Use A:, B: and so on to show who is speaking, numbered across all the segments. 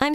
A: I'm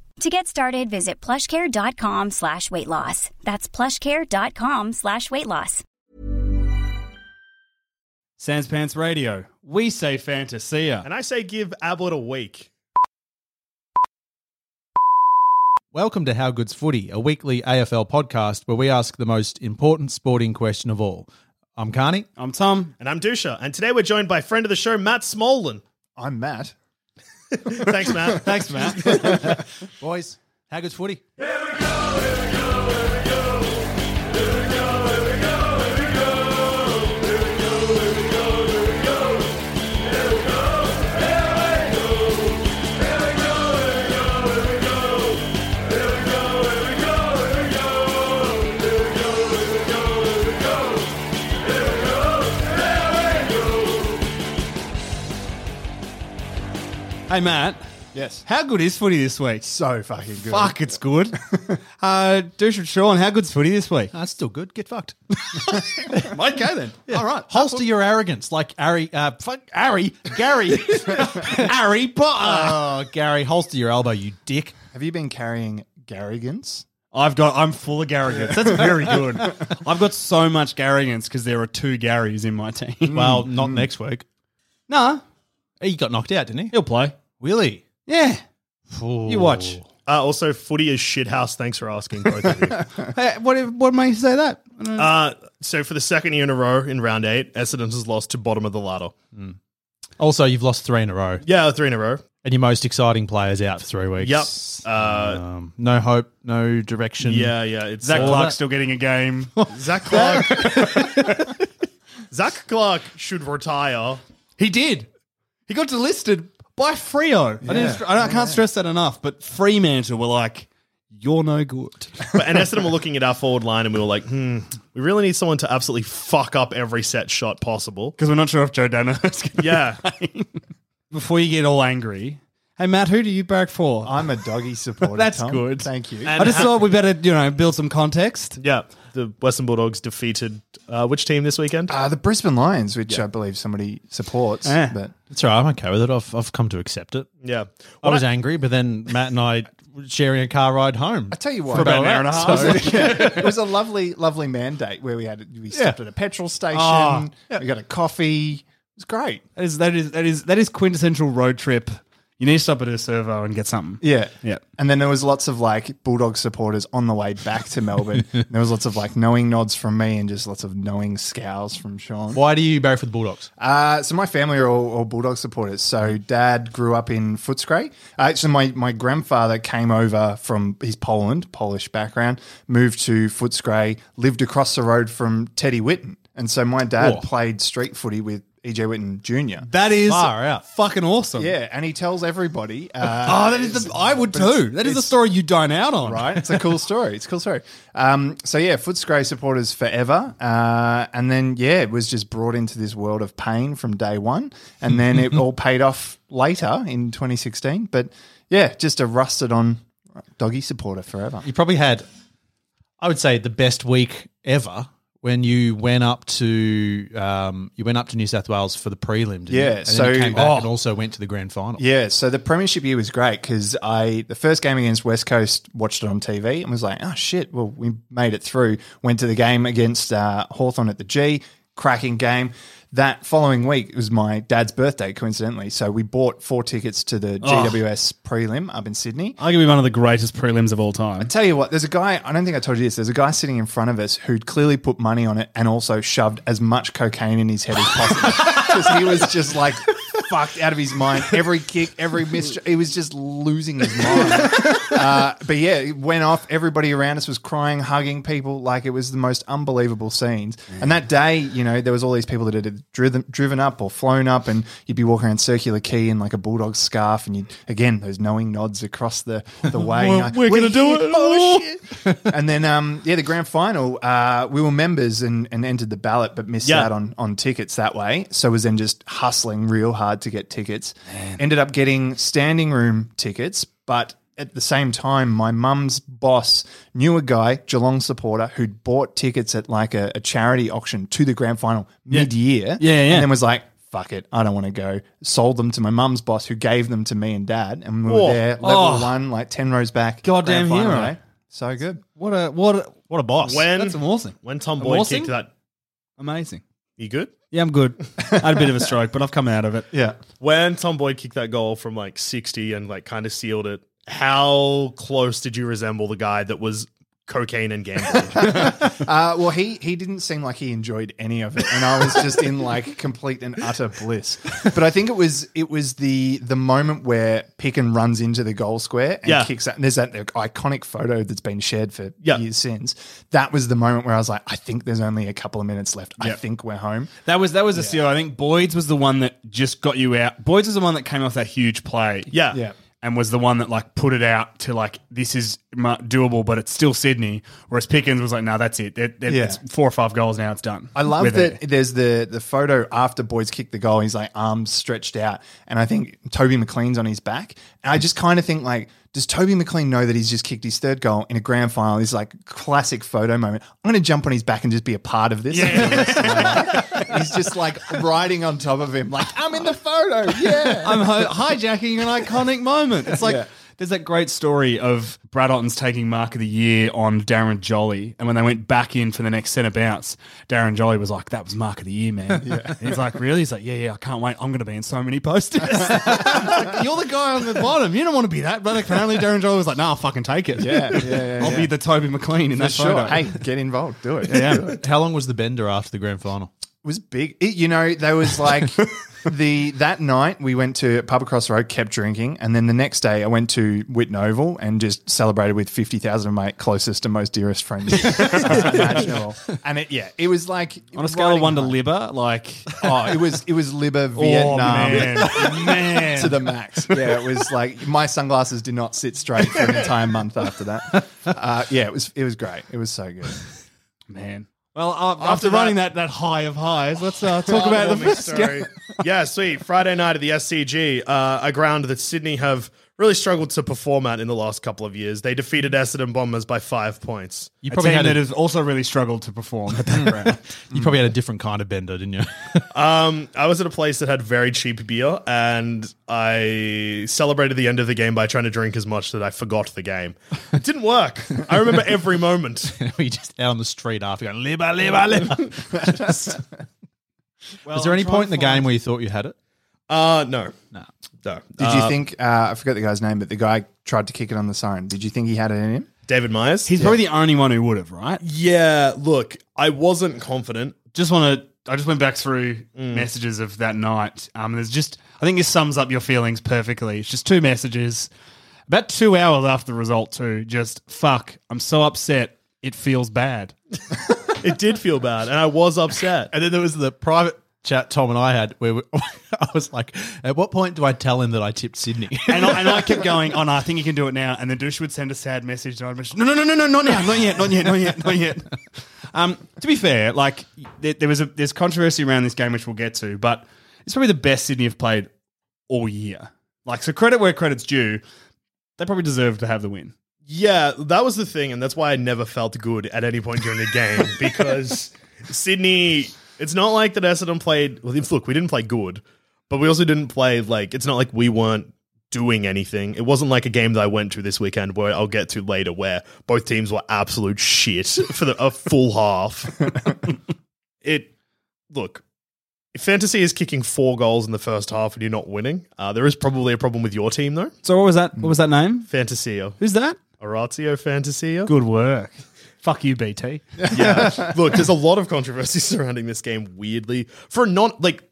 B: To get started, visit plushcare.com slash weight loss. That's plushcare.com slash weight loss.
C: Sans Pants Radio. We say Fantasia.
D: And I say give Ablett a week.
E: Welcome to How Good's Footy, a weekly AFL podcast where we ask the most important sporting question of all. I'm Carney.
C: I'm Tom.
D: And I'm Dusha. And today we're joined by friend of the show, Matt Smolin.
F: I'm Matt.
D: Thanks, Matt.
C: Thanks, Matt.
E: Boys, How Good's Footy?
C: hey, Matt.
F: Yes.
C: How good is footy this week?
F: So fucking good.
C: Fuck, it's good. uh, Douche and Sean, how good's footy this week?
E: That's Uh, still good. Get fucked.
F: Okay then. All right.
E: Holster your arrogance like Ari, uh, fuck, Ari, Gary, Harry Potter. Oh, Gary, holster your elbow, you dick.
F: Have you been carrying Garrigans?
C: I've got, I'm full of Garrigans. That's very good. I've got so much Garrigans because there are two Garys in my team.
E: Well,
F: Mm.
E: not next week.
C: nah,
E: He got knocked out, didn't he?
C: he'll play.
E: Willie.
C: Yeah. You watch.
D: Uh, also, footy is shithouse. Thanks for asking, both of you.
C: Hey, what, what made you say that? I don't-
D: Uh, so, for the second year in a row in round eight, Essendon has lost to bottom of the ladder.
E: Also, you've lost three in a row,
D: Yeah, three in a row.
E: and your most exciting player's out for three weeks.
D: Yep. Uh,
E: Um, no hope, no direction.
D: yeah, yeah. It's
C: Zach
D: all
C: Clark's still getting a game.
D: that- Zach Clark. Zach Clark should retire.
C: He did. He got delisted by Frio. I, didn't, I, don't- I can't stress that enough, but Fremantle were like, you're no good.
D: But, and Essendon were looking at our forward line and we were like, hmm, we really need someone to absolutely fuck up every set shot possible.
C: Because we're not sure if Joe Dano is going to.
D: Yeah.
C: Before you get all angry, hey, Matt, who do you barrack for?
F: I'm a doggy supporter.
C: That's
F: Tom.
C: good.
F: Thank you.
C: I just thought we better, you know, build some context.
D: Yeah. The Western Bulldogs defeated uh, which team this
C: Ah.
D: weekend?
F: uh, the Brisbane Lions, which I believe somebody supports,
C: Yeah.
F: but
E: That's all right. I'm okay with it. I've, I've come to accept it.
D: Yeah.
E: I was angry, but then Matt and I were sharing a car ride home.
F: I tell you what,
C: For about an hour and a half.
F: So- it was a lovely, lovely mandate where we had we stopped at a petrol station,
C: Oh,
F: we got a coffee. It was great.
C: That is, that is, that is, that is quintessential road trip. You need to stop at a servo and get something.
F: Yeah.
C: Yeah.
F: And then there was lots of like Bulldog supporters on the way back to Melbourne. And there was lots of like knowing nods from me and just lots of knowing scowls from Sean.
E: Why do you barrack for the Bulldogs?
F: Uh, so my family are all, all Bulldog supporters. So dad grew up in Footscray. Uh, so my, my grandfather came over from his Poland, Polish background, moved to Footscray, lived across the road from Teddy Whitten. And so my dad
E: Whoa.
F: played street footy with EJ Whitten Jr.
C: That is
E: Far out.
C: fucking awesome.
F: yeah, and he tells everybody. Uh,
C: Oh, that is the, I would
F: but it's-
C: too. That is a
F: it's-
C: story you dine out on.
F: right? It's a cool story. It's a cool story. Um, so yeah, Footscray supporters forever, uh, and then yeah, it was just brought into this world of pain from day one, and then it all paid off later in 2016. But yeah, just a rusted on doggy supporter forever.
E: You probably had, I would say, the best week ever when you went up to um, you went up to New South Wales for the prelim. Didn't you?
F: Yeah,
E: and then
F: so-
E: you came back
F: oh.
E: and also went to the grand final.
F: Yeah, so the premiership year was great because I the first game against West Coast watched it on TV and was like, oh shit, well we made it through. Went to the game against uh, Hawthorn at the G. cracking game. That following week was my dad's birthday, coincidentally. So we bought four tickets to the GWS prelim up in Sydney.
C: Arguably one of the greatest prelims of all time.
F: Tell you what, there's a guy, I don't think I told you this, there's a guy sitting in front of us who'd clearly put money on it and also shoved as much cocaine in his head as possible. Because he was just like fucked out of his mind. Every kick, every miss, he was just losing his mind. Uh, but yeah, it went off. Everybody around us was crying, hugging people. Like it was the most unbelievable scenes. And that day, you know, there was all these people that had driven, driven up or flown up and you'd be walking around Circular Quay in like a bulldog scarf. And you again, those knowing nods across the, the
C: Well,
F: way. You're like,
C: we're gonna do
F: here.
C: it.
F: Oh, shit and then um, yeah, the grand final, uh, we were members and, and entered the ballot, but missed
D: Yeah.
F: out on on tickets that way. So was then just hustling real hard to get tickets. Ended up getting standing room tickets, but. At the same time, my mum's boss knew a guy, Geelong supporter, who'd bought tickets at like a, a charity auction to the grand final mid year.
C: Yeah, yeah.
F: And then was like, fuck it, I don't want to go. Sold them to my mum's boss, who gave them to me and dad. And we were
D: Whoa.
F: there, level
C: Oh.
F: one, like 10 rows back.
C: Goddamn
F: grand final
C: hero.
F: day. So good.
C: What a what a, what a boss.
D: When-
C: That's amazing.
D: When Tom Boyd
C: Awesome.
D: kicked that,
C: Amazing.
D: you good?
C: Yeah, I'm good. I had a bit of a stroke, but I've come out of it.
F: Yeah.
D: When Tom Boyd kicked that goal from like 60 and like kind of sealed it, how close did you resemble the guy that was cocaine and gambling?
F: Uh, well, he he didn't seem like he enjoyed any of it, and I was just in like complete and utter bliss. But I think it was it was the the moment where Picken runs into the goal square and
D: Yeah.
F: kicks out. And there's that iconic photo that's been shared for
D: Yeah.
F: years since. That was the moment where I was like, I think there's only a couple of minutes left. I think we're home.
C: That was that was a seal. I think Boyd's was the one that just got you out. Boyd's was the one that came off that huge play.
D: yeah.
F: Yeah.
C: And was the one that like put it out to like this is mu- doable, but it's still Sydney. Whereas Pickens was like, no, that's it. It- it-
F: Yeah.
C: It's four or five goals now. It's done.
F: I love
C: With
F: that
C: it.
F: there's the the photo after Boyd's kicked the goal. He's like arms stretched out, and I think Toby McLean's on his back. And I just kind of think like, does Toby McLean know that he's just kicked his third goal in a grand final? This like classic photo moment. I'm going to jump on his back and just be a part of this. he's just like riding on top of him, like I'm in the photo. Yeah,
C: I'm hi- hijacking an iconic moment. It's like
F: Yeah.
C: there's that great story of Brad Otten's taking mark of the year on Darren Jolly, and when they went back in for the next centre bounce, Darren Jolly was like, "That was mark of the year, man." And he's like, "Really?" He's like, "Yeah, yeah, I can't wait. I'm going to be in so many posters." Like, You're the guy on the bottom. You don't want to be that, but apparently Darren Jolly was like, "No, I'll fucking take it.
F: Yeah, yeah, yeah,
C: I'll
F: yeah.
C: be the Toby McLean in
F: for
C: that photo."
F: sure. Hey, get involved. Do it.
C: yeah.
E: How long was the bender after the grand final?
F: was big. It, you know, there was like the that night we went to a pub across the road, kept drinking, and then the next day I went to Witten Oval and just celebrated with fifty thousand of my closest and most dearest friends imaginable. And it, yeah, it was like
C: On a scale of
F: riding
C: one to
F: high.
C: liber, like
F: Oh, it was it was Libba Vietnam.
C: Oh, man, Oh, man.
F: To the max, yeah. It was like my sunglasses did not sit straight for an entire month after that. Uh, yeah, it was it was great. It was so good.
C: Man. Well, uh, after, running that, that high of highs, let's uh, talk about the
D: Heartwarming
C: first game.
D: story. yeah, sweet. Friday night at the SCG, uh, a ground that Sydney have really struggled to perform at in the last couple of years. They defeated Essendon Bombers by five points.
E: You
C: A
E: probably
C: team
E: had
C: that
E: a,
C: has also really struggled to perform at that round.
E: you probably had a different kind of bender, didn't you?
D: Um, I was at a place that had very cheap beer, and I celebrated the end of the game by trying to drink as much that I forgot the game. It didn't work. I remember every moment.
E: we just out on the street after going liba liba liba. was there any point in the game where you thought you had it?
D: Uh, no, no, no.
F: Did
D: Uh,
F: you think uh, I forget the guy's name, but the guy tried to kick it on the siren? Did you think he had it in him?
D: David Myers?
C: He's probably the only one who would have, right?
D: yeah. Look, I wasn't confident.
C: Just want to. I just went back through
E: Mm.
C: messages of that night. Um, there's just. I think this sums up your feelings perfectly. It's just two messages, about two hours after the result, too. Just fuck. I'm so upset. It feels bad.
D: It did feel bad, and I was upset.
E: And then there was the private chat Tom and I had where we, I was like, at what point do I tell him that I tipped Sydney?
C: And I, and I kept going, oh no, I think you can do it now. And the douche would send a sad message. And I'd be, no, no, no, no, no, not now, not yet, not yet, not yet, not yet. Um, to be fair, like there, there was a there's controversy around this game which we'll get to, but it's probably the best Sydney have played all year. Like so, credit where credit's due. They probably deserve to have the win.
D: Yeah, that was the thing, and that's why I never felt good at any point during the game because Sydney. It's not like that Essendon played. Well, if- look, we didn't play good, but we also didn't play like. It's not like we weren't doing anything. It wasn't like a game that I went to this weekend where I'll get to later, where both teams were absolute shit for the, a full half. it look, if fantasy is kicking four goals in the first half and you're not winning, uh, there is probably a problem with your team though.
C: So what was that? What was that name?
D: Fantasio,
C: Who's that?
D: Orazio Fantasio.
C: Good work. Fuck you, BT.
D: Yeah. Look, there's a lot of controversy surrounding this game, weirdly. For a non like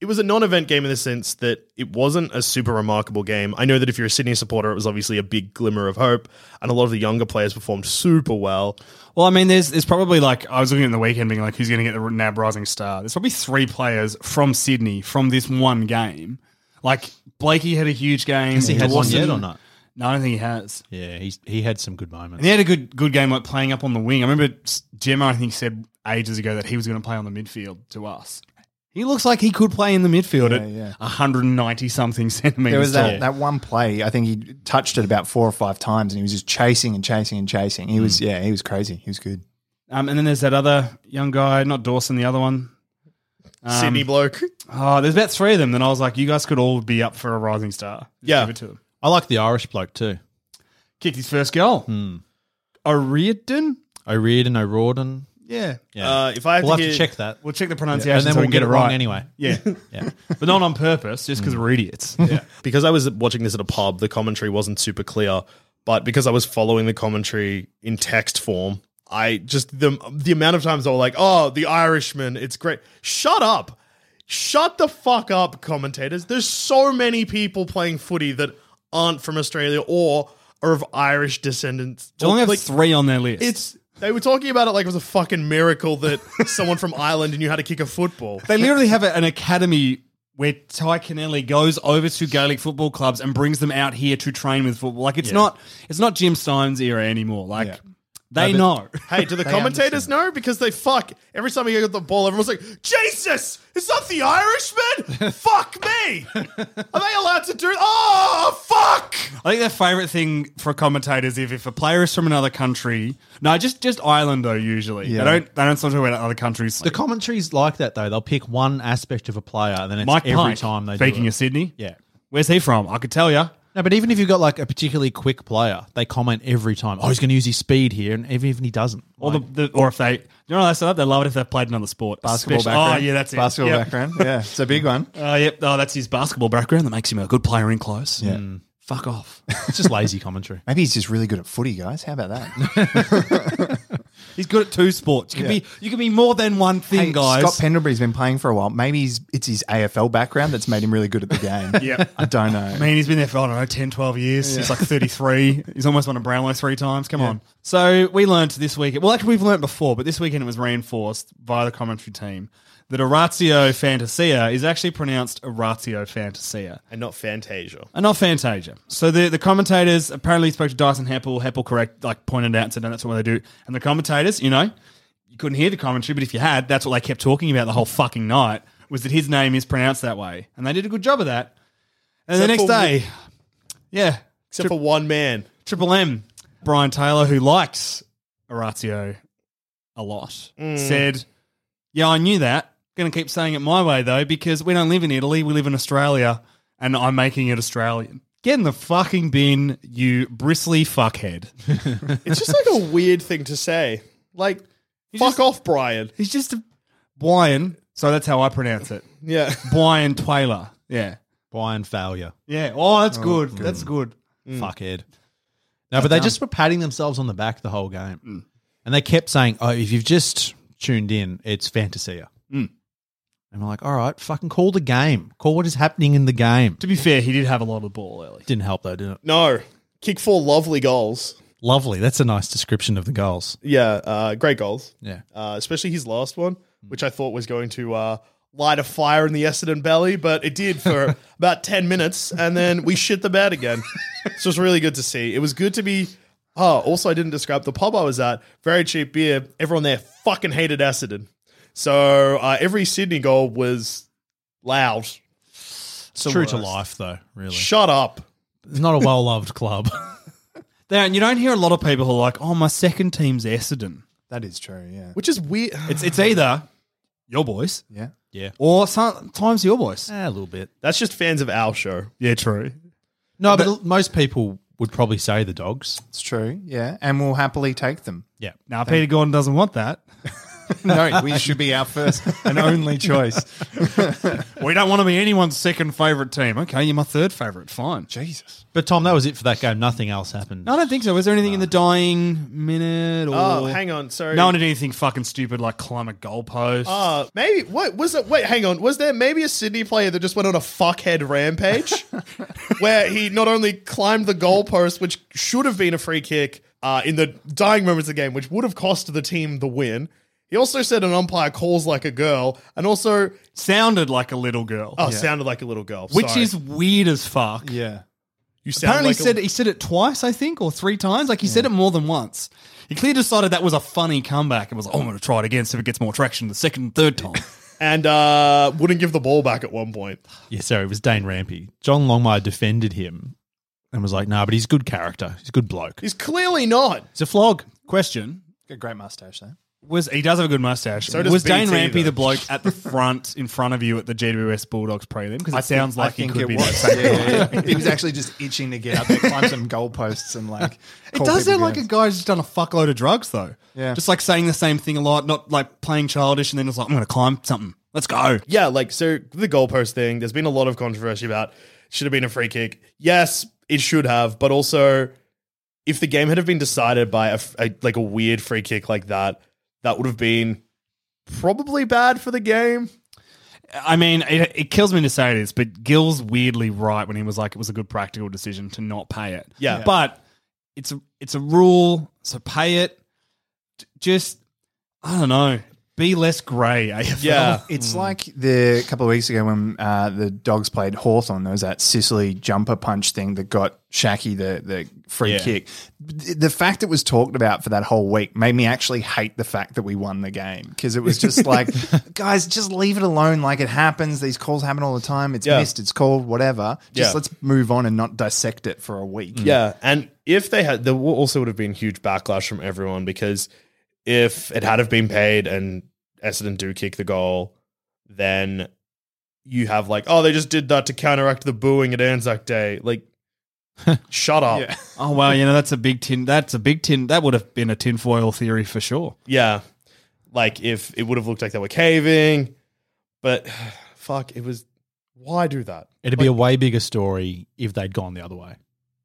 D: it was a non-event game in the sense that it wasn't a super remarkable game. I know that if you're a Sydney supporter, it was obviously a big glimmer of hope, and a lot of the younger players performed super well.
C: Well, I mean, there's there's probably like I was looking at the weekend, being like, who's going to get the NAB Rising Star? There's probably three players from Sydney from this one game. Like Blakey had a huge game.
E: Has he had one
C: Dawson-
E: yet or not?
C: No, I don't think he has.
E: Yeah, he's, he had some good
C: And
E: moments.
C: he had a good good game, like playing up on the wing. I remember Gemma, I think, said ages ago that he was going to play on the midfield to us. He looks like he could play in the midfield at
F: yeah.
C: 190 something centimeters.
F: There was that,
C: tall.
F: that one play. I think he touched it about four or five times, and he was just chasing and chasing and chasing. He
C: Hmm.
F: was yeah, he was crazy. He was good.
C: Um, and then there's that other young guy, not Dawson, the other one. Um,
D: Sydney bloke.
C: Oh, there's about three of them. Then I was like, you guys could all be up for a rising star. Just
D: Yeah.
C: Give it to them.
E: I like the Irish bloke too.
C: Kicked his first goal. O'Riordan?
E: O'Riordan, O'Riordan.
C: Yeah.
E: Yeah.
D: Uh, if I have
E: we'll
D: to
E: have to
D: get-
E: check that.
C: We'll check the
E: Yeah,
C: pronunciation.
E: and then
C: so
E: we'll
C: we
E: get it
C: can
E: wrong
C: right.
E: anyway.
C: Yeah.
E: Yeah. Mm.
C: but not on purpose, just because we're idiots. Yeah.
D: because I was watching this at a pub, the commentary wasn't super clear. But because I was following the commentary in text form, I just the the amount of times I was like, "Oh, the Irishman, it's great." Shut up, shut the fuck up, commentators. There's so many people playing footy that aren't from Australia or are of Irish descendants.
C: Geelong have
D: Like,
C: three on their list.
D: it's they were talking about it like it was a fucking miracle that someone from Ireland knew how to kick a football.
C: They literally have a- an academy where Ty Kennelly goes over to Gaelic football clubs and brings them out here to train with football. Like it's not it's not Jim Stein's era anymore. Like they know.
D: Hey, do the commentators know? Because they fuck every time he got the ball, everyone's like, "Jesus, is that the Irishman? fuck me! Are they allowed to do? Oh, fuck!"
C: I think their favorite thing for commentators if if a player is from another country, no, just just Ireland though. Usually,
F: Yeah.
C: they don't they don't sort of talk about other countries.
E: The commentary's like that though. They'll pick one aspect of a player and then it's
C: Mike
E: every
C: Pike,
E: time they
C: speaking
E: do it.
C: of Sydney,
E: yeah.
C: where's he from? I could tell you.
E: No, but even if you've got like a particularly quick player, they comment every time, oh, he's going to use his speed here. And even if he doesn't.
C: Or the, the or if they, you know, what they set up. They love it if they've played another sport.
F: Basketball
C: Especially-
F: background.
C: Oh yeah, that's it.
F: Basketball
C: Yep.
F: background. Yeah, it's a big one.
C: Oh yep. Oh, that's his basketball background that makes him a good player in close. Hmm.
F: Yeah.
C: Fuck off.
E: it's just lazy commentary.
F: Maybe he's just really good at footy, guys. How about that?
C: He's good at two sports. You can be you can be more than one thing,
F: Hey,
C: guys.
F: Scott Pendlebury's been playing for a while. Maybe he's, it's his AFL background that's made him really good at the game.
C: Yep.
F: I don't know.
C: I mean, he's been there for, I don't know, 10, 12 years. He's like 33. he's almost won a Brownlow three times. Come on. So we learned this weekend. Well, actually, we've learned before, but this weekend it was reinforced by the commentary team that Oratio Fantasia is actually pronounced Oratio Fantasia
D: And not Fantasia.
C: and not Fantasia. So the, the commentators apparently spoke to Dyson Heppel. Heppel correct, like pointed out and said, no, that's what they do. And the commentators, you know, you couldn't hear the commentary, but if you had, that's what they kept talking about the whole fucking night was that his name is pronounced that way. And they did a good job of that. And the
D: Except
C: next
D: for-
C: day, yeah,
D: Except for one man.
C: Triple M, Brian Taylor, who likes Oratio a lot, said, Yeah, I knew that. Going to keep saying it my way, though, because we don't live in Italy. We live in Australia, and I'm making it Australian. Get in the fucking bin, you bristly fuckhead.
D: It's just like a weird thing to say. Like, fuck
C: just-
D: off, Brian.
C: He's just a Brian. So that's how I pronounce it.
D: Yeah.
C: Brian Taylor. Yeah.
E: Brian failure.
C: Yeah. Oh, that's good. That's good.
E: Fuckhead. No, but they just were patting themselves on the back the whole game.
C: Mm.
E: And they kept saying, oh, if you've just tuned in, it's Fantasia.
C: Mm.
E: And we're like, all right, fucking call the game. Call what is happening in the game.
C: To be fair, he did have a lot of the ball early.
E: Didn't help though, did it?
D: No. Kick four lovely goals.
E: Lovely. That's a nice description of the goals.
D: Yeah. Uh, great goals.
E: Yeah.
D: Uh, especially his last one, which I thought was going to uh, light a fire in the Essendon belly, but it did for about 10 minutes, and then we shit the bed again. so it's really good to see. It was good to be. Oh, also, I didn't describe the pub I was at. Very cheap beer. Everyone there fucking hated Essendon. So uh, every Sydney goal was loud.
E: It's true to life though, really.
D: Shut up.
E: It's not a well loved club.
C: Now, and you don't hear a lot of people who are like, oh, my second team's Essendon.
F: that is true. Yeah.
D: Which is weird.
C: It's it's either your boys
F: Yeah.
E: yeah.
C: or sometimes your boys.
E: Eh, A little bit.
D: That's just fans of our show.
C: Yeah, true.
E: No, but, most people would probably say the dogs.
F: It's true. Yeah. And we'll happily take them.
E: Yeah.
C: Now Peter Gordon doesn't want that.
F: no, we should be our first and only choice.
C: we don't want to be anyone's second favourite team. Okay, you're my third favourite. Fine.
F: Jesus.
E: But Tom, that was it for that game. Nothing else happened.
C: No, I don't think so. Was there anything in the dying minute? Or
D: Oh, hang on. Sorry.
C: No one did anything fucking stupid like climb a goalpost.
D: Uh, maybe what was it? Wait, hang on. Was there maybe a Sydney player that just went on a fuckhead rampage, where he not only climbed the goalpost, which should have been a free kick uh, in the dying moments of the game, which would have cost the team the win. He also said an umpire calls like a girl, and also
C: Sounded like a little girl,
D: oh, sounded like a little girl,
C: which
D: Sorry.
C: is weird as fuck.
F: Yeah.
D: you sound
C: Apparently,
D: like
C: he said
D: a,
C: he said it twice, I think, or three times. Like he said it more than once. He clearly decided that was a funny comeback and was like, "Oh, I'm going to try it again, see if it gets more traction the second, and third time."
D: and uh, wouldn't give the ball back at one point.
E: Yeah, sorry, it was Dane Rampy. John Longmire defended him and was like, "Nah, but he's a good character. He's a good bloke.
D: He's clearly not.
E: He's a flog."
C: Question:
F: Got a great mustache though.
C: Was he does have a good mustache?
D: So does
C: was Dane
D: BT
C: Rampy
D: though.
C: the bloke at the front in front of you at the GWS Bulldogs prelim? Because it sounds like he could be. that
F: was.
C: same
F: Yeah,
C: guy.
F: yeah, yeah. he was actually just itching to get up there, climb some goalposts, and like.
C: It does sound like a guy who's done a fuckload of drugs, though.
F: Yeah.
C: Just like saying the same thing a lot, not like playing childish, and then it's like, I'm going to climb something. Let's go.
D: Yeah, like so the goalpost thing, there's been a lot of controversy about should have been a free kick. Yes, it should have, but also if the game had have been decided by a, f- a- like a weird free kick like that, that would have been probably bad for the game.
C: I mean, it, it kills me to say this, but Gill's weirdly right when he was like, it was a good practical decision to not pay it.
D: Yeah. Yeah.
C: But it's a, it's a rule, so pay it. J- Just, I don't know, be less grey, AFL.
D: Yeah.
F: It's
C: Hmm.
F: like the a couple of weeks ago when uh, the dogs played Hawthorn. There was that Sicily jumper punch thing that got Shaki the, the free
C: Yeah.
F: kick. Th- The fact it was talked about for that whole week made me actually hate the fact that we won the game because it was just like, guys, just leave it alone. Like it happens. These calls happen all the time. It's
D: Yeah.
F: missed. It's called whatever. Just
D: Yeah.
F: let's move on and not dissect it for a week.
D: Yeah, and if they had, there w- also would have been huge backlash from everyone because if it had have been paid and Essendon do kick the goal, then you have like, oh, they just did that to counteract the booing at Anzac Day. Like, shut up. Yeah.
C: Oh, well, you know, that's a big tin. That's a big tin. That would have been a tinfoil theory for sure.
D: like if it would have looked like they were caving, but fuck, it was. Why do that?
E: It'd be a way bigger story if they'd gone the other way.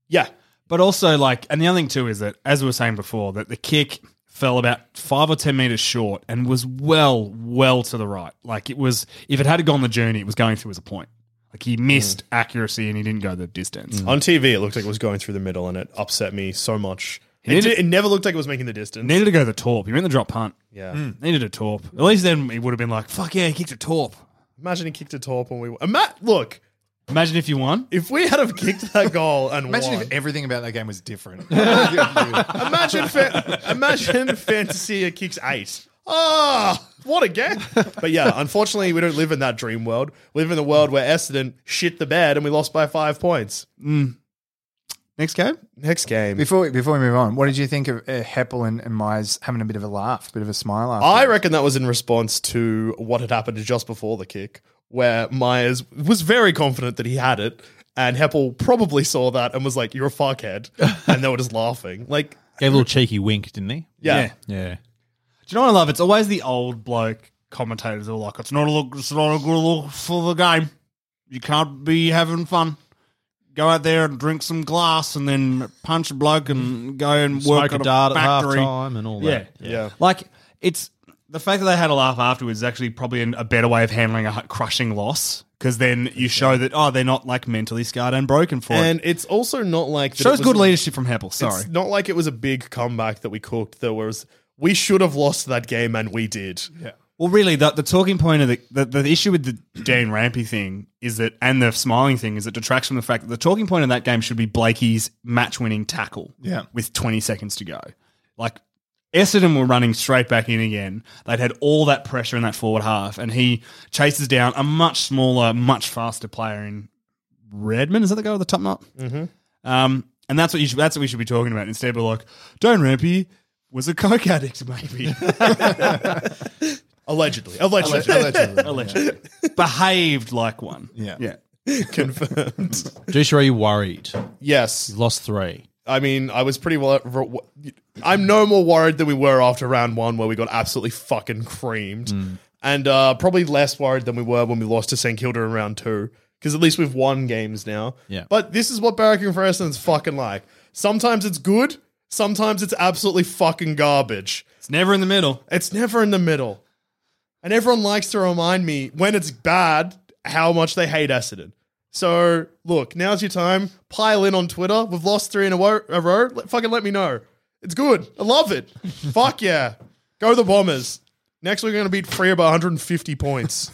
D: Yeah,
C: But also, like, and the other thing too is that, as we were saying before, that the kick fell about five or ten meters short and was well, well to the right. Like, it was if it had gone the journey, it was going through as a point. Like, he missed accuracy and he didn't go the distance.
D: on TV it looked like it was going through the middle, and it upset me so much. It,
C: needed-
D: did- it never looked like it was making the distance.
C: Needed to go the torp. He went the drop punt. Mm,
D: yeah.
F: Hmm.
C: Needed a torp. At least then he would have been like, "Fuck yeah, he kicked a torp."
D: Imagine he kicked a top when we Matt, look,
C: Imagine if you won.
D: if we had have kicked that goal and
F: Imagine
D: won.
F: if everything about that game was different.
D: imagine fa- imagine Fantasia kicks eight. Ah, what a game. But yeah, unfortunately, we don't live in that dream world. We live in the world where Essendon shit the bed and we lost by five points.
C: Next game.
D: Next game.
F: Before we, before we move on, what did you think of uh, Heppel and, and Myers having a bit of a laugh, a bit of a smile? After
D: I reckon that was in response to what had happened just before the kick, where Myers was very confident that he had it, and Heppel probably saw that and was like, You're a fuckhead. And they were just laughing. Like,
E: Gave a little cheeky wink, didn't he?
D: yeah.
E: Yeah.
C: Do you know what I love? It's always the old bloke commentators who are like, "It's not a look. It's not a good look for the game. You can't be having fun. Go out there and drink some glass, and then punch a bloke, and go and work
E: Smoke a
C: at a
E: dart at half
C: factory.
E: time and all that.
C: Yeah. Like it's the fact that they had a laugh afterwards is actually probably an, a better way of handling a hu- crushing loss because then you show that oh they're not like mentally scarred and broken for
D: And
C: it.
D: it's also not like that it
C: Shows
D: was-
C: good leadership from Heppel. Sorry.
D: It's not like it was a big comeback that we cooked. There was we should have lost that game and we did. Yeah.
C: Well, really, the, the talking point of the, the the issue with the Dan Rampy thing is that, and the smiling thing is it detracts from the fact that the talking point of that game should be Blakey's match winning tackle.
F: Yeah.
C: with twenty seconds to go, like Essendon were running straight back in again. They'd had all that pressure in that forward half, and he chases down a much smaller, much faster player in Redmond. Is that the guy with the top knot? Um, and that's what you should, that's what we should be talking about. Instead, we're like, Dan Rampy was a coke addict, maybe.
D: Allegedly. Allegedly.
C: Allegedly. Behaved like one.
F: Yeah.
C: Yeah.
D: Confirmed.
E: Dusha, are you worried?
D: Yes.
E: Lost three.
D: I mean, I was pretty well. I'm no more worried than we were after round one, where we got absolutely fucking creamed, and uh, probably less worried than we were when we lost to St Kilda in round two, because at least we've won games now.
E: Yeah.
D: But this is what barracking for Essendon's fucking like. Sometimes it's good, sometimes it's absolutely fucking garbage.
C: It's never in the middle.
D: It's never in the middle. And everyone likes to remind me when it's bad how much they hate Essendon. So look, now's your time. Pile in on Twitter. We've lost three in a, wo- a row. Let, fucking let me know. It's good. I love it. Fuck yeah. Go the Bombers. Next we're going to beat Free by 150 points.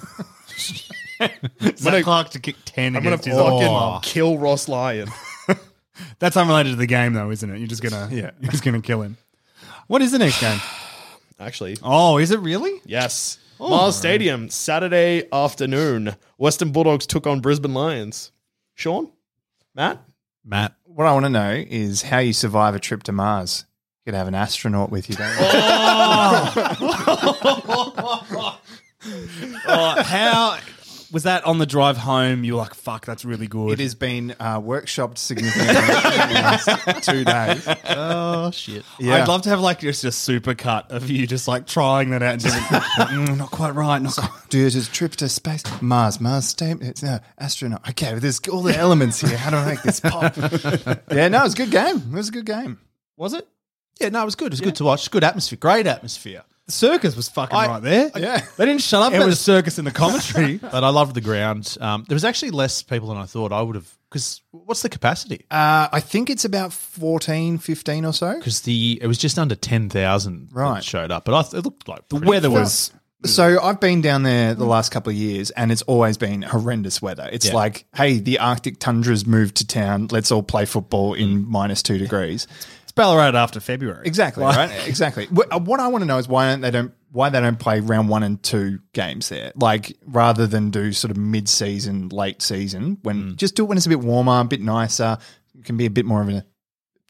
C: Zach Clark to kick 10
D: I'm going
C: against
D: to
C: his old
D: fucking
C: club.
D: kill Ross Lyon.
C: That's unrelated to the game, though, isn't it? You're just gonna, yeah, you're just gonna kill him. What is the next game?
D: Actually,
C: Oh, is it really?
D: yes. Mars Stadium, Saturday afternoon. Western Bulldogs took on Brisbane Lions. Sean? Matt?
E: Matt.
F: What I want to know is how you survive a trip to Mars. You could have an astronaut with you, don't you?
C: Oh, how was that on the drive home? You were like, "Fuck, that's really good."
F: It has been uh, workshopped significantly in the last two days.
E: Oh shit.
F: Yeah.
C: I'd love to have like just a super cut of you just like trying that out and just like, "Mm, not quite right. Not quite.
F: Dude, it's a trip to space. Mars, Mars, state, it's an astronaut. Okay, but there's all the elements here. How do I make this pop? yeah, no, it was a good game. It was a good game.
E: Was it? Yeah, no, it was good. It was good to watch. Good atmosphere. Great atmosphere.
C: The circus was fucking
E: I-
C: right there.
F: yeah.
C: they didn't shut up. It
E: about
C: was
E: the-
C: circus in the commentary.
E: But I loved the ground. Um, there was actually less people than I thought I would have. Because what's the capacity?
F: Uh, I think it's about 14, 15 or so.
E: Because the it was just under ten thousand
F: Right.
E: that showed up. But I th- it looked like
C: the weather was
F: So I've been down there the last couple of years, and it's always been horrendous weather. It's
E: Yeah.
F: like, hey, the Arctic tundra's moved to town. Let's all play football in minus two degrees.
C: it's Ballarat after February.
F: Mm. Exactly right. Exactly. Wh- uh, What I want to know is why don't they don't why they don't play round one and two games there, like rather than do sort of mid season, late season when just do it when it's a bit warmer, a bit nicer, it can be a bit more of a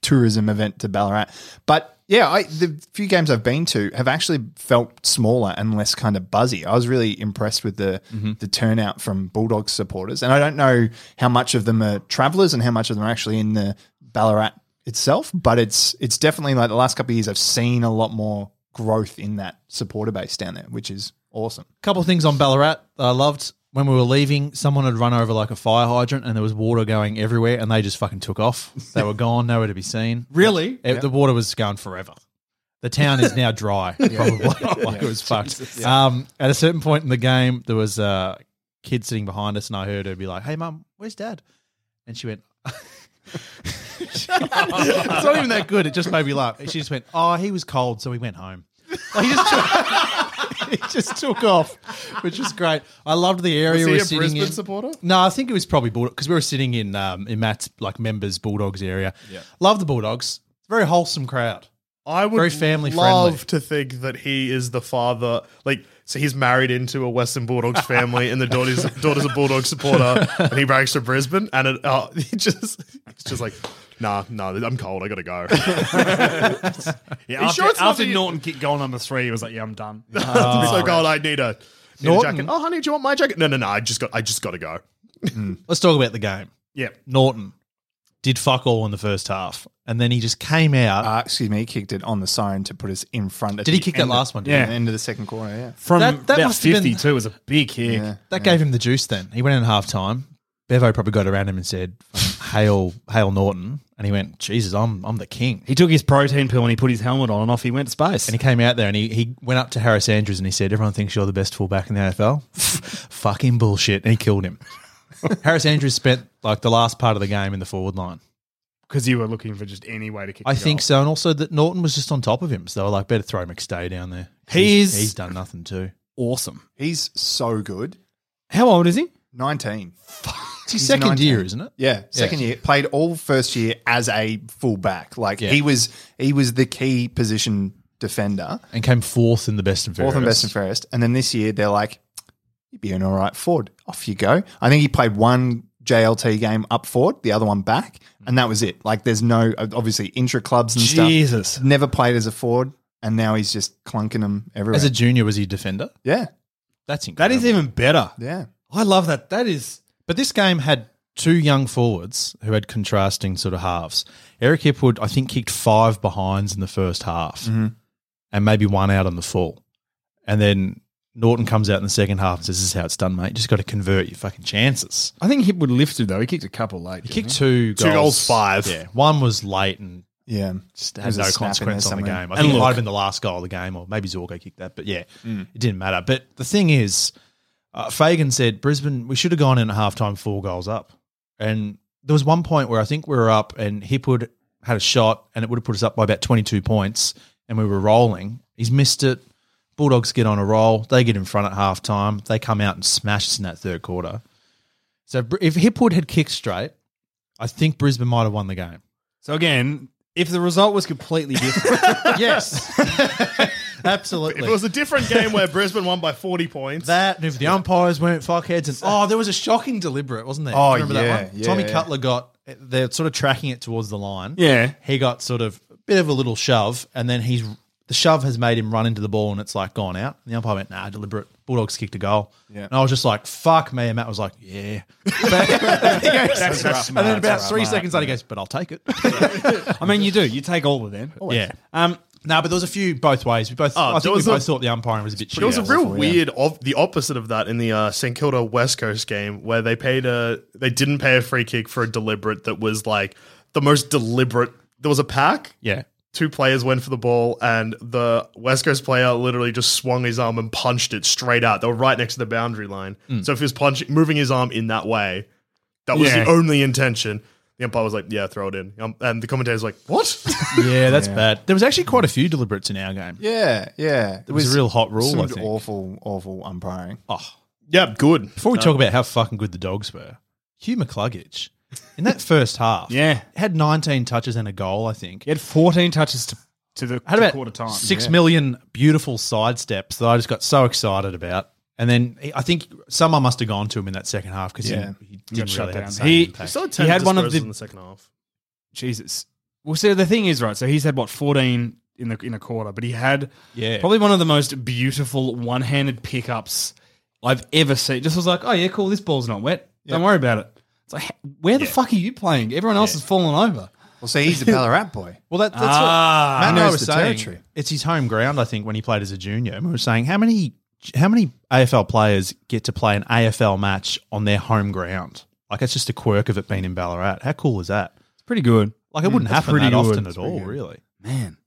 F: tourism event to Ballarat. But yeah, I, the few games I've been to have actually felt smaller and less kind of buzzy. I was really impressed with the
E: Mm-hmm.
F: the turnout from Bulldogs supporters, and I don't know how much of them are travellers and how much of them are actually in the Ballarat itself. But it's it's definitely like the last couple of years I've seen a lot more growth in that supporter base down there, which is awesome.
E: couple of things on Ballarat that I loved. When we were leaving, someone had run over like a fire hydrant and there was water going everywhere and they just fucking took off. They were gone, nowhere to be seen.
C: Really?
E: It- The water was gone forever. The town is now dry, probably. like it was fucked. Um, at a certain point in the game, there was a kid sitting behind us and I heard her be like, hey, mum, where's dad? And she went, it's not even that good. It just made me laugh. She just went, oh, he was cold, so we went home. Like, he just it just took off, which was great. I loved the
D: Was
E: area we
D: he
E: were
D: a
E: sitting
D: Brisbane
E: in.
D: supporter?
E: No, I think it was probably Bulldog because we were sitting in um, in Matt's like members Bulldogs area. Yeah, love the Bulldogs. Very wholesome crowd.
D: I would
E: Very family
D: love
E: friendly.
D: to think that he is the father. Like, so he's married into a Western Bulldogs family, and the daughter's daughter's a Bulldog supporter, and he breaks to Brisbane, and it, uh, he just it's just like, nah, nah, I'm cold, I gotta go.
C: Yeah,
D: You
C: after,
D: sure it's not
C: after
D: the-
C: Norton kicked goal number three, he was like, "Yeah, I'm done."
D: I'm so cold, I need a, need a
E: Norton.
D: jacket. Oh, honey, do you want my jacket? No, no, no, I just got, I just gotta go.
E: Let's talk about the game.
C: yeah,
E: Norton did fuck all in the first half, and then he just came out.
F: Uh, excuse me, he kicked it on the siren to put us in front. At
E: did he
F: the
E: kick that
F: end of-
E: last one? Didn't
C: Yeah.
E: he?
F: the end of the second quarter? Yeah.
C: from
E: That- that
C: about
E: must have been-
C: fifty too was a big kick.
F: Yeah.
E: that gave him the juice. Then he went in half time. Bevo probably got around him and said, "Hail, hail Norton!" And he went, "Jesus, I'm I'm the king."
C: He took his protein pill and he put his helmet on, and off he went to space.
E: And he came out there and he, he went up to Harris Andrews and he said, Everyone thinks you're the best fullback in the NFL. Fucking bullshit. And he killed him. Harris Andrews spent like the last part of the game in the forward line.
C: because you were looking for just any way to kick.
E: I
C: the
E: think
C: goal.
E: so. And also that Norton was just on top of him. So they were like, better throw McStay down there.
C: He's-
E: he's done nothing too.
C: Awesome.
F: He's so good.
C: How old is he?
F: 19.
E: It's his second
F: 19.
E: year, isn't it?
F: Yeah, second year played all first year as a fullback. Like
E: Yeah.
F: he was, he was the key position defender,
E: And came fourth in the best and fairest.
F: fourth and best and fairest. And then this year they're like, you'd be an all right forward. Off you go. I think he played one JLT game up forward, the other one back, and that was it. Like there's no obviously intra clubs and
C: Jesus.
F: stuff. Never played as a forward, and now he's just clunking them everywhere.
E: As a junior, was he a defender?
F: yeah,
E: That's
C: That
E: incredible.
C: is even better.
F: yeah.
C: I love that. That is
E: But this game had two young forwards who had contrasting sort of halves. Eric Hipwood, I think, kicked five behinds in the first half
F: Mm-hmm.
E: and maybe one out on the full. And then Norton comes out in the second half and says, This is how it's done, mate. You just got to convert your fucking chances.
C: I think Hipwood lifted though. He kicked a couple late.
E: He
C: didn't
E: kicked two goals.
D: goals, five.
E: Yeah. One was late and
F: Yeah.
E: just
F: There's
E: has
F: a
E: no
F: snap in there
E: consequence on the
F: somewhere.
E: game. I think it might have been the last goal of the game, or maybe Zorgo kicked that, but yeah, it didn't matter. But the thing is, uh, Fagan said Brisbane, we should have gone in at halftime four goals up. And there was one point where I think we were up and Hipwood had a shot and it would have put us up by about 22 points and we were rolling. He's missed it. Bulldogs get on a roll. They get in front at halftime. They come out and smash us in that third quarter. So if Br- if Hipwood had kicked straight, I think Brisbane might have won the game.
C: So again, if the result was completely different,
E: Yes, absolutely.
D: If it was a different game where Brisbane won by 40 points,
E: that, and if the umpires weren't fuckheads, and oh, there was a shocking deliberate, wasn't there?
F: Oh,
E: Remember
F: yeah,
E: that one?
F: yeah,
E: Tommy
F: yeah.
E: Cutler got they're sort of tracking it towards the line.
C: yeah,
E: he got sort of a bit of a little shove, and then he's the shove has made him run into the ball, and it's like gone out. And the umpire went, "Nah, deliberate." Bulldogs kicked a goal,
F: Yeah.
E: and I was just like, "Fuck me!" And Matt was like, "Yeah."
C: that's, that's
E: and then
C: smart.
E: about three seconds later, he goes, "But I'll take it."
C: I mean, you do. You take all of them.
E: yeah. Um. No, but there was a few both ways. We both.
D: Oh,
E: I
D: there
E: think we
D: was a-
E: both thought the umpiring was a bit.
D: There was a
E: shit.
D: real weird, of, the opposite of that in the uh, St Kilda West Coast game where they paid a, they didn't pay a free kick for a deliberate that was like the most deliberate. There was a pack.
E: Yeah.
D: Two players went for the ball, and the West Coast player literally just swung his arm and punched it straight out. They were right next to the boundary line,
C: Mm.
D: so if he was punching, moving his arm in that way, that was
C: Yeah.
D: the only intention. The umpire was like, "Yeah, throw it in," um, and the commentator was like, "What?"
E: Yeah, that's bad. There was actually quite a few deliberates in our game.
F: Yeah, yeah. It
E: was a real hot rule, I
F: seemed
E: think.
F: Awful, awful umpiring.
D: yeah, good.
E: Oh, Before we talk about how fucking good the dogs were, Hugh McCluggage in that first half,
C: Yeah.
E: had 19 touches and a goal. I think
C: He had 14 touches to, to the
E: had
C: to
E: about
C: quarter time.
E: six million beautiful side steps that I just got so excited about. And then he, I think someone must have gone to him in that second half because
F: Yeah.
E: he,
C: He
E: didn't
C: got
E: really
C: shut
E: have
C: down.
E: the same
C: He-
E: impact.
D: Still had
C: He
D: ten
C: had one of
D: disposals
C: the-
D: in the second half.
C: Jesus. Well, so the thing is, right? So he's had what 14 in the in a quarter, but he had
E: Yeah.
C: probably one of the most beautiful one-handed pickups I've ever seen. Just was like, oh yeah, cool. This ball's not wet. Don't worry about it. It's like, where the fuck are you playing? Everyone else has fallen over.
F: Well, see, he's the Ballarat boy.
E: Well, that, that's
C: Ah.
E: what Matt and I
F: Knows
E: were
F: the
E: saying.
F: territory.
E: It's his home ground, I think, when he played as a junior. And we were saying how many how many AFL players get to play an AFL match on their home ground? Like it's just a quirk of it being in Ballarat. How cool is that?
C: It's pretty good,
E: Like it wouldn't
C: that's
E: happen
C: pretty
E: that
C: good.
E: often
C: That's
E: at all, really.
C: man.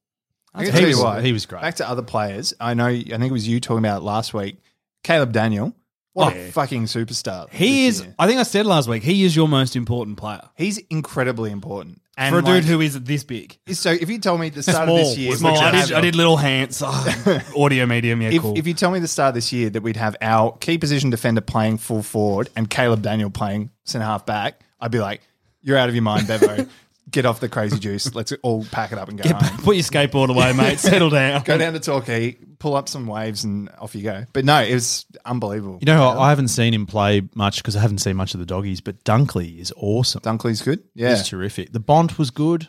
F: I
E: He
F: can tell
E: was-
F: you what,
E: he was great.
F: Back to other players. I know. I think it was you talking about it last week. Caleb Daniel. What a fucking superstar.
C: Oh. He
F: this
C: is.
F: year.
C: I think I said last week. He is your most important player
F: He's incredibly important. And
C: for a
F: like-
C: dude who is this big.
F: So if you told me at the start
C: Small,
F: of this year,
C: small.
F: we'd
C: I,
F: have-
C: did, I did little hands. Oh, audio medium. Yeah,
F: If,
C: cool.
F: if you tell me at the start of this year that we'd have our key position defender playing full forward and Caleb Daniel playing centre half back, I'd be like, "You're out of your mind, Bevo. Get off the crazy juice. Let's all pack it up and go
C: Get
F: home."
C: back- put your skateboard away, mate. Settle down.
F: go down to Torquay, pull up some waves, and off you go. But no, it was unbelievable.
E: You know, I haven't seen him play much because I haven't seen much of the doggies, but Dunkley is awesome.
F: Dunkley's good. Yeah,
E: He's terrific. The Bond was good.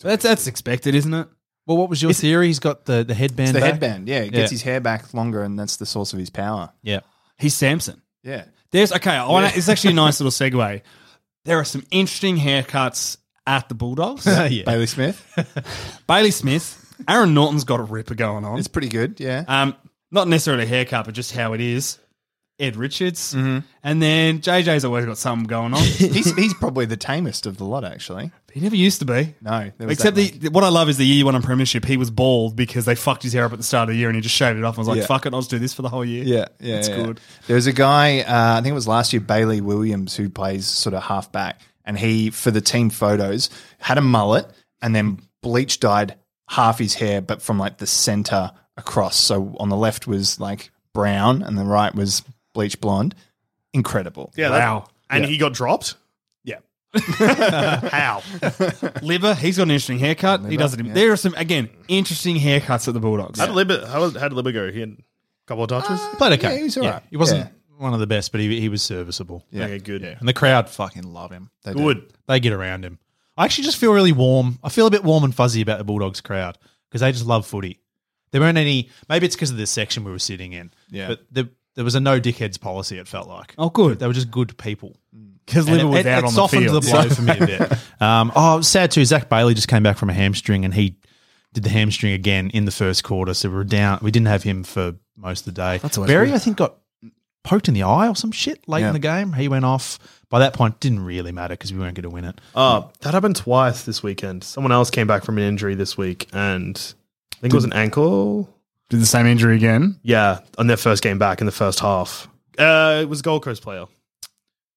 C: That's that's expected, isn't it?
E: Well, what was your theory? He's got the, the headband.
F: it's the
E: back.
F: headband. Yeah, it
E: Yeah.
F: gets his hair back longer, and that's the source of his power.
E: Yeah.
C: He's Samson.
F: Yeah,
C: There's okay. I wanna, It's actually a nice little segue. There are some interesting haircuts at the Bulldogs.
E: yeah.
F: Bailey Smith.
C: Bailey Smith, Aaron Norton's got a ripper going on.
F: It's pretty good. Yeah,
C: Um, not necessarily a haircut, but just how it is. Ed Richards,
F: Mm-hmm.
C: and then JJ's always got something going on. he
F: he's he's probably the tamest of the lot, actually.
C: never used to be.
F: No, there was
C: Except
F: that
C: the,
F: one.
C: the- what I love is the year you won a premiership, he was bald because they fucked his hair up at the start of the year and he just shaved it off. and was like,
F: Yeah.
C: fuck it, I'll just do this for the whole year.
F: Yeah, yeah,
C: It's
F: yeah.
C: good.
F: There was a guy, uh, I think it was last year, Bailey Williams, who plays sort of halfback, and he for the team photos had a mullet and then bleach dyed half his hair, but from like the center across. So on the left was like brown, and the right was bleach blonde. Incredible.
D: Yeah,
C: Wow.
D: that- and he got dropped.
F: Yeah.
D: How?
C: Liver, he's got an interesting haircut. he does it. There are some again interesting haircuts at the Bulldogs.
D: How did Libba, how, was- how did Libba go? He had a couple of touches.
E: Played okay.
F: Yeah, he was all right.
E: He wasn't one of the best, but he, he was serviceable.
F: Yeah.
D: Okay, good.
E: And the crowd fucking love him.
F: They did.
D: Good.
E: They get around him. I actually just feel really warm. I feel a bit warm and fuzzy about the Bulldogs crowd because they just love footy. There weren't any. Maybe it's because of the section we were sitting in.
F: Yeah.
E: But there, there was a no dickheads policy. It felt like.
C: Oh, good.
E: They were just good people.
C: Because
E: And
C: Liverpool was out on the
E: softened
C: field.
E: blow for me a bit. Um, oh, it was sad too. Zach Bailey just came back from a hamstring, and he did the hamstring again in the first quarter. So we were down. We didn't have him for most of the day.
C: That's always
E: Barry,
C: good.
E: I think, got poked in the eye or some shit late
F: Yeah.
E: in the game. He went off. By that point, didn't really matter because we weren't going to win it.
D: Uh, that happened twice this weekend. Someone else came back from an injury this week, and I think it was an ankle.
C: Did the same injury again?
D: Yeah, on their first game back in the first half. Uh, it was a Gold Coast player.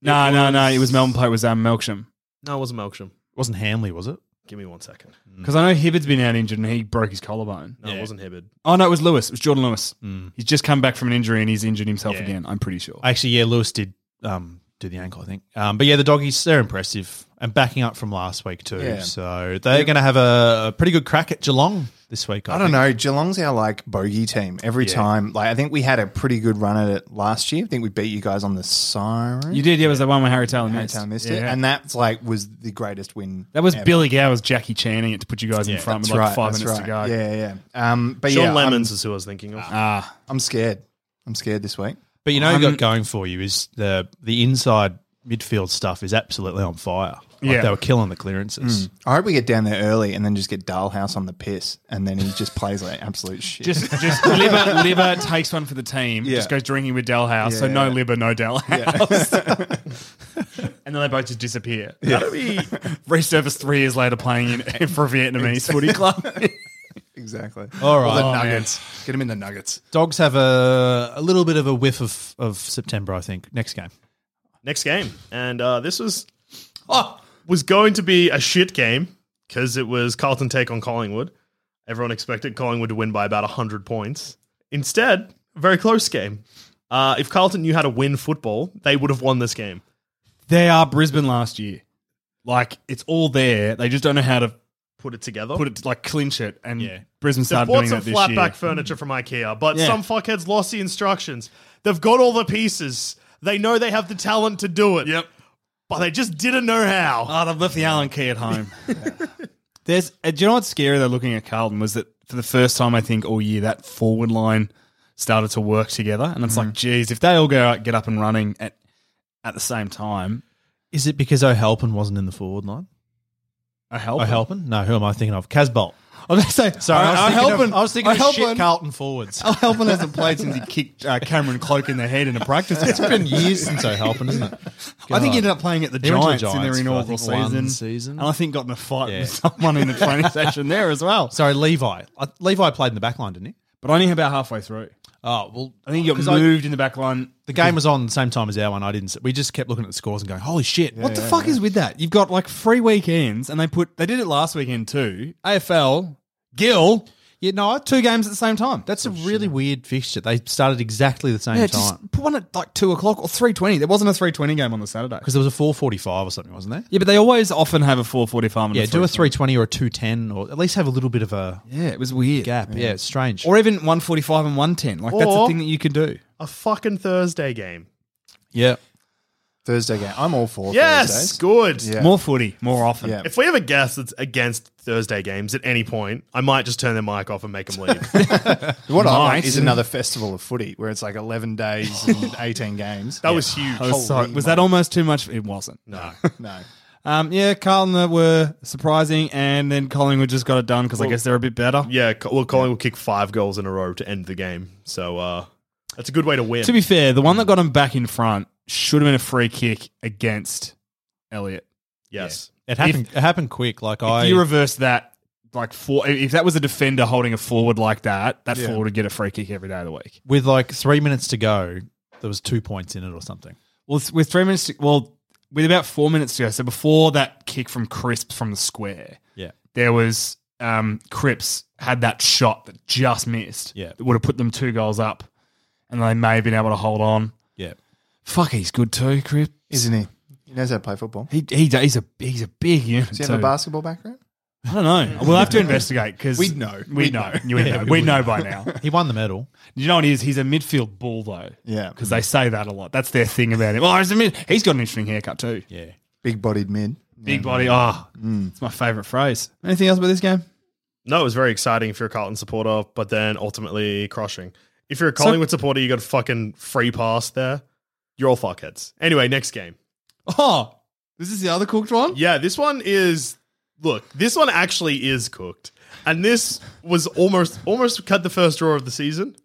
C: No, no, no. It was Melbourne player. It was um, Melksham.
D: No, it wasn't Melksham.
E: It wasn't Hamley, was it?
D: Give me one second.
C: Because Mm. I know Hibbard's been out injured and he broke his collarbone. Mm.
D: No, it wasn't Hibbard.
C: Oh, no, it was Lewis. It was Jordan Lewis. He's just come back from an injury and he's injured himself again, I'm pretty sure.
E: Actually, yeah, Lewis did um, do the ankle, I think. Um, but yeah, the doggies, they're impressive and backing up from last week too.
F: Yeah.
E: So they're going to have a, a pretty good crack at Geelong this week. I,
F: I don't
E: think.
F: know. Geelong's our like bogey team every time. Like I think we had a pretty good run at it last year. I think we beat you guys on the siren.
C: you did, yeah, it was the one where Harry Taylor
F: Harry
C: missed.
F: Town missed
C: Yeah.
F: it, and that's like was the greatest win.
C: that was
F: ever.
C: Billy Gower's Jackie Channing it to put you guys in front with like five
F: that's
C: minutes to go.
F: right. Yeah, yeah. Um, but
D: Sean
F: yeah,
D: Lemons is who I was thinking of.
C: Ah,
F: I'm, I'm scared. I'm scared this week.
E: But you know,
C: I'm-
E: you've got going for you is the the inside midfield stuff is absolutely on fire. Like
C: Yeah. Mm.
E: they were killing the clearances.
F: I hope we get down there early and then just get Dalhouse on the piss, and then he just plays like absolute shit.
C: just just liver liver takes one for the team.
F: Yeah.
C: Just goes drinking with Dell House. So
F: Yeah.
C: no liver, no Dell House. and then they both just disappear. That'll be resurfaced three years later playing in for a Vietnamese footy club.
F: exactly.
E: All right,
C: Oh, man.
F: Get him in the Nuggets.
E: dogs have a a little bit of a whiff of of September. I think next game.
D: Next game, and uh, this was oh, was going to be a shit game because it was Carlton take on Collingwood. Everyone expected Collingwood to win by about hundred points. Instead, a very close game. Uh, if Carlton knew how to win football, they would have won this game.
C: They are Brisbane last year. Like it's all there. They just don't know how to
D: Put it together.
C: put it like clinch it. And
E: Yeah.
C: Brisbane
D: They've
C: started
D: bought
C: doing
D: some
C: that this
D: flatback
C: year.
D: furniture from IKEA, but
C: Yeah.
D: some fuckheads lost the instructions. They've got all the pieces. They know they have the talent to do it.
C: Yep.
D: But they just didn't know how.
C: Oh, they've left the Allen key at home. There's. uh, Do you know what's scary though? Looking at Carlton was that for the first time I think all year that forward line started to work together, and it's like, geez, if they all go out, get up and running at at the same time,
E: Is it because O'Halpin wasn't in the forward line?
C: I help.
E: O'Halpin? No, who am I thinking of? Casbolt.
C: I'm gonna say
E: Sorry, I, was thinking
C: helping.
E: Of, I was thinking of shit Carlton forwards.
C: Helping hasn't played since he kicked uh, Cameron Cloak in the head in a practice.
E: It's been years since O'Halpin, isn't it?
C: I think he
E: God.
C: ended up playing at the
E: He went to the
C: Giants, in their
E: Giants for, I
C: inaugural
E: think,
C: season.
E: one season.
C: And I think got in a fight
E: Yeah.
C: with someone in the training session there as well.
E: Sorry, Levi. Uh, Levi played in the back line, didn't he?
C: But only about halfway through.
E: Oh well,
C: I think he got
E: 'cause I-
C: moved in the back line.
E: The game was on the same time as our one. I didn't. s- We just kept looking at the scores and going, "Holy shit!
C: What the fuck is with that? You've got like three weekends, and they put they did it last weekend too. AFL, Gill,
E: Yeah, no,
C: two games at the same time.
E: that's a really weird fixture. They started exactly the same
C: yeah,
E: time
C: just put one at like two o'clock or three twenty. There wasn't a three twenty game on the Saturday.
E: because there was a four forty five or something, wasn't there?
C: Yeah, but they always often have a four forty five.
E: Yeah, do a three twenty or a two ten, or at least have a little bit of a
C: Yeah, it was weird.
E: gap. Yeah, it's strange.
C: Or even one forty five and one ten. Like that's a
D: Or-
C: thing that you can do.
D: A fucking Thursday game.
E: yeah,
F: Thursday game. I'm all for
D: Yes,
F: Thursdays.
D: good.
F: Yeah.
C: More footy, more often.
F: Yeah.
D: If we have a guest that's against Thursday games at any point, I might just turn their mic off and make them leave.
F: What I want
C: Nice.
F: is another festival of footy where it's like 11 days and 18 games.
D: That was huge.
C: I was, sorry.
F: Holy
C: was that
F: mo-
C: almost too much? It wasn't.
D: No.
F: No.
C: Um, yeah, Carlton uh, were surprising, and then Collingwood just got it done because I guess they're a bit better.
D: Yeah, Co- well, Colin will kick five goals in a row to end the game. So uh, that's a good way to win.
C: To be fair, the one that got him back in front should have been a free kick against Elliot.
D: yes.
E: it happened. it happened quick. Like I,
C: if you reverse that, like four, if that was a defender holding a forward like that, that forward would get a free kick every day of the week.
E: with like three minutes to go, there was two points in it or something.
C: Well, it's- with three minutes, to, well, with about four minutes to go, so before that kick from Crisp from the square,
E: Yeah,
C: there was um, Cripps had that shot that just missed.
E: Yeah.
C: That would have put them two goals up, and they may have been able to hold on.
E: yeah.
C: Fuck, he's good too, Cripps.
F: Isn't he? He knows how to play football.
C: He, he, he's a he's a big unit.
F: Does he have a
C: too.
F: basketball background?
C: I don't know. We'll have to investigate because
F: We'd know.
C: We
F: We'd
C: know.
F: know.
C: We know. We know by now.
E: He won the medal.
C: You know what he is? He's a midfield bull though.
F: Yeah.
C: Because they say that a lot. That's their thing about him. Oh, he's a mid. He's got an interesting haircut too.
E: Yeah.
F: Big bodied mid.
C: Big body. Oh, it's my favorite phrase. Anything else about this game?
D: No, it was very exciting if you're a Carlton supporter, but then ultimately crushing. If you're a Collingwood supporter, you got a fucking free pass there. You're all fuckheads. Anyway, next game.
E: Oh,
C: This is the other cooked one?
D: Yeah, this one is. Look, this one actually is cooked, and this was almost almost cut the first draw of the season,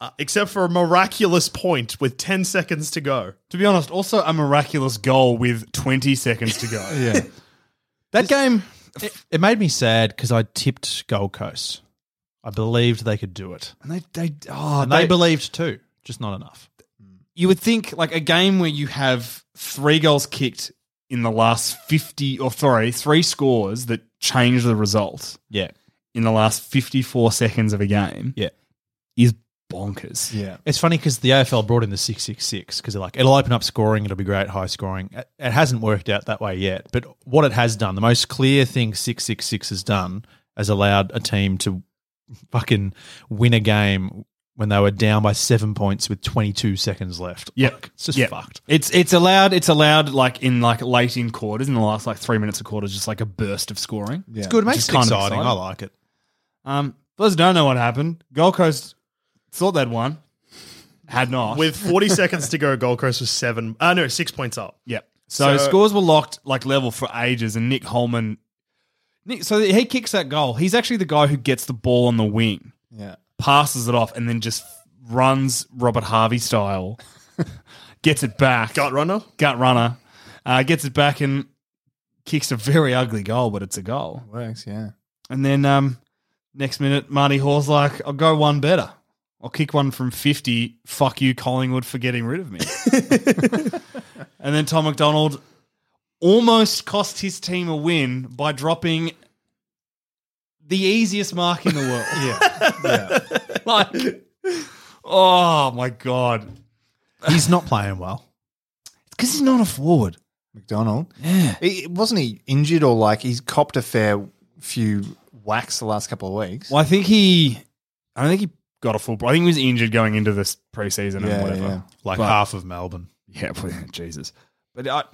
D: uh, except for a miraculous point with ten seconds to go.
C: To be honest, also a miraculous goal with 20 seconds to go.
E: yeah. That game, it, it made me sad because I tipped Gold Coast. I believed they could do it.
C: And they, they, oh,
E: And they believed too, just not enough.
C: you would think like a game where you have three goals kicked in the last 50 or sorry, three scores that change the result
E: Yeah.
C: in the last 54 seconds of a game
E: Yeah.
C: is bonkers.
F: Yeah.
E: It's funny because the AFL brought in the 666 because they're like, it'll open up scoring, it'll be great, high scoring. It- It hasn't worked out that way yet. But what it has done, the most clear thing 666 has done, has allowed a team to fucking win a game when they were down by seven points with 22 seconds left.
C: Yep.
E: Like, it's just
C: Yep.
E: fucked.
C: It's it's allowed it's allowed like in like late in quarters in the last like three minutes of quarters just like a burst of scoring.
F: Yeah.
E: It's good, it makes
C: Just
E: it
C: kind of
E: exciting.
C: exciting.
E: I like it.
C: Um, for those who don't know what happened, Gold Coast thought they'd won, had not.
D: With forty seconds to go, Gold Coast was seven. Uh, no, six points up.
C: Yep. So,
D: So-
C: scores were locked like level for ages, and Nick Holman. Nick, so he kicks that goal. He's actually the guy who gets the ball on the wing,
F: Yeah.
C: passes it off, and then just runs Robert Harvey style, gets it back,
D: Gut runner.
C: gut runner, uh, gets it back, and kicks a very ugly goal, but it's a goal.
F: Works, yeah.
C: And then um, next minute, Marty Hall's like, "I'll go one better. I'll kick one from fifty. Fuck you, Collingwood, for getting rid of me." and then Tom McDonald almost cost his team a win by dropping the easiest mark in the world. yeah, like, oh my god,
E: He's not playing well.
C: because he's not a forward.
F: McDonald. Yeah. wasn't he injured or like he's copped a fair few whacks the last couple of weeks?
C: Well, I think he, I don't think he got a full. I think he was injured going into this preseason
F: Yeah,
C: and whatever.
F: yeah.
E: Like
C: But-
E: half of Melbourne.
C: Yeah, well, yeah, Jesus. But I,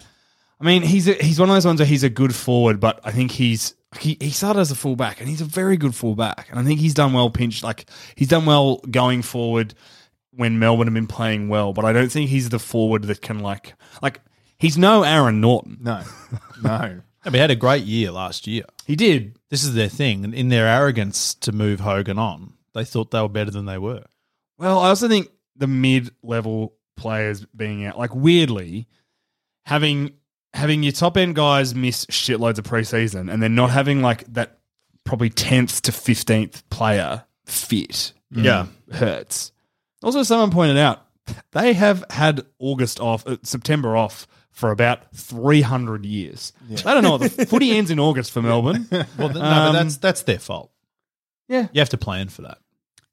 C: I mean, he's a, he's one of those ones where he's a good forward, but I think he's he, he started as a fullback and he's a very good fullback, and I think he's done well pinched. Like he's done well going forward when Melbourne have been playing well, but I don't think he's the forward that can like like he's no Aaron Norton.
F: No. No.
E: Yeah, but he had a great year last year.
C: He did.
E: This is their thing. and In their arrogance to move Hogan on, they thought they were better than they were.
C: Well, I also think the mid level players being out, like weirdly, having having your top end guys miss shitloads of preseason and then not having like that probably tenth to fifteenth player fit
D: Yeah.
C: hurts. Also, someone pointed out they have had August off, uh, September off for about three hundred years. I don't know what the footy ends in August for Melbourne.
E: Well, th- no,
C: Um,
E: but that's that's their fault.
C: Yeah.
E: you have to plan for that,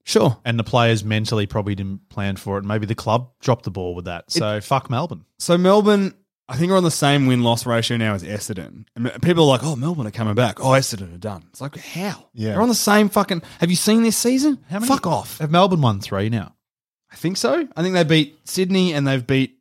C: Sure,
E: and the players mentally probably didn't plan for it. Maybe the club dropped the ball with that. So fuck Melbourne.
C: So Melbourne, I think, are on the same win loss ratio now as Essendon. And people are like, "Oh, Melbourne are coming back. Oh, Essendon are done." It's like, how?
F: Yeah.
C: they're on the same fucking. Have you seen this season? Fuck off.
E: Have Melbourne won three now?
C: I think so. I think they beat Sydney and they've beat.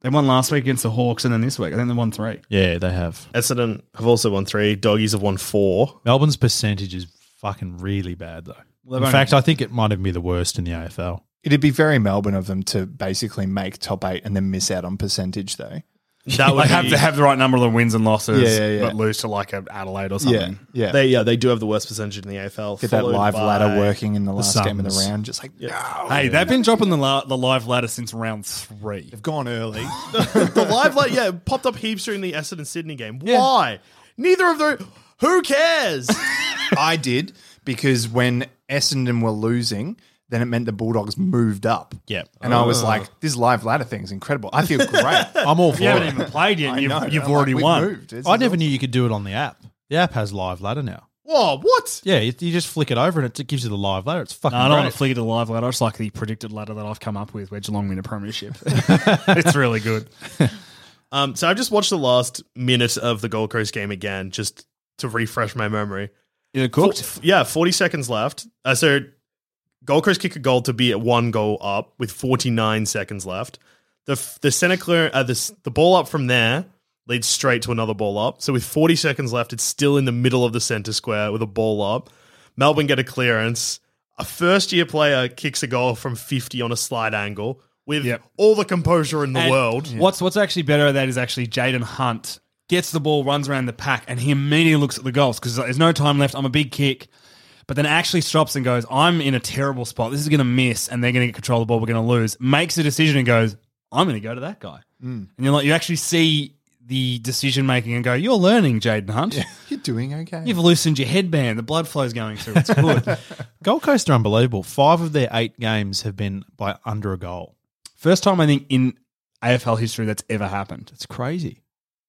C: They won last week against the Hawks and then this week. I think they won three.
E: Yeah, they have.
D: Mm. Essendon have also won three. Doggies have won four.
E: Melbourne's percentage is fucking really bad though.
C: they've
E: in
C: only-
E: fact, I think it might even be the worst in the AFL.
F: It'd be very Melbourne of them to basically make top eight and then miss out on percentage, though.
D: That would
C: Like have
D: be-
C: to have the right number of wins and losses,
F: Yeah, yeah, yeah.
C: but lose to like an Adelaide or something.
F: Yeah. Yeah.
D: They yeah they do have the worst percentage in the AFL.
F: Get that
D: followed
F: live
D: by-
F: ladder working in the last game of the
E: Suns.
F: round. Just like, no.
C: Hey, they've been dropping the la- the live ladder since round three.
F: They've gone early.
D: the live ladder yeah it popped up heaps during the Essendon Sydney game. Why? Neither of those. Who cares?
F: I did because when Essendon were losing, then it meant the Bulldogs moved up.
E: Yep.
F: And I
C: Oh.
F: was like, this live ladder thing is incredible. I feel great.
E: I'm all for
C: You haven't
E: it.
C: even played yet.
F: I
C: and Oh, You've,
F: know.
C: you've
F: I'm like,
C: already
F: "We've
C: won.
F: moved. This
E: I
F: is
E: never
F: awesome."
E: knew you could do it on the app. The app has live ladder now.
D: Whoa! What?
E: Yeah, you, you just flick it over and it gives you the live ladder. It's
C: No,
E: fucking.
C: I don't
E: great.
C: want to flick it to the live ladder. I just like the predicted ladder that I've come up with where Geelong win a premiership. it's really good.
D: Um, so I've just watched the last minute of the Gold Coast game again, just to refresh my memory.
C: Is it
D: F- yeah, 40 seconds left. Uh, so Gold Coast kick a goal to be at one goal up with 49 seconds left. The f- the center clear uh, the s- the ball up from there leads straight to another ball up. So with 40 seconds left, it's still in the middle of the center square with a ball up. Melbourne get a clearance. A first year player kicks a goal from 50 on a slide angle. with
C: Yep.
D: all the composure in the
C: And
D: world.
C: What's what's actually better at that is actually Jaden Hunt gets the ball, runs around the pack, and he immediately looks at the goals because there's no time left. I'm a big kick. But then actually stops and goes, I'm in a terrible spot. This is going to miss, and they're going to get control of the ball. We're going to lose. Makes a decision and goes, I'm going to go to that guy.
D: Hmm.
C: And you're like, you actually see the decision making and go, You're learning, Jaden Hunt.
F: You're doing okay.
C: You've loosened your headband. The blood flow's going through. It's good.
E: Gold Coast are unbelievable. Five of their eight games have been by under a goal.
C: First time I think in AFL history that's ever happened.
E: It's crazy.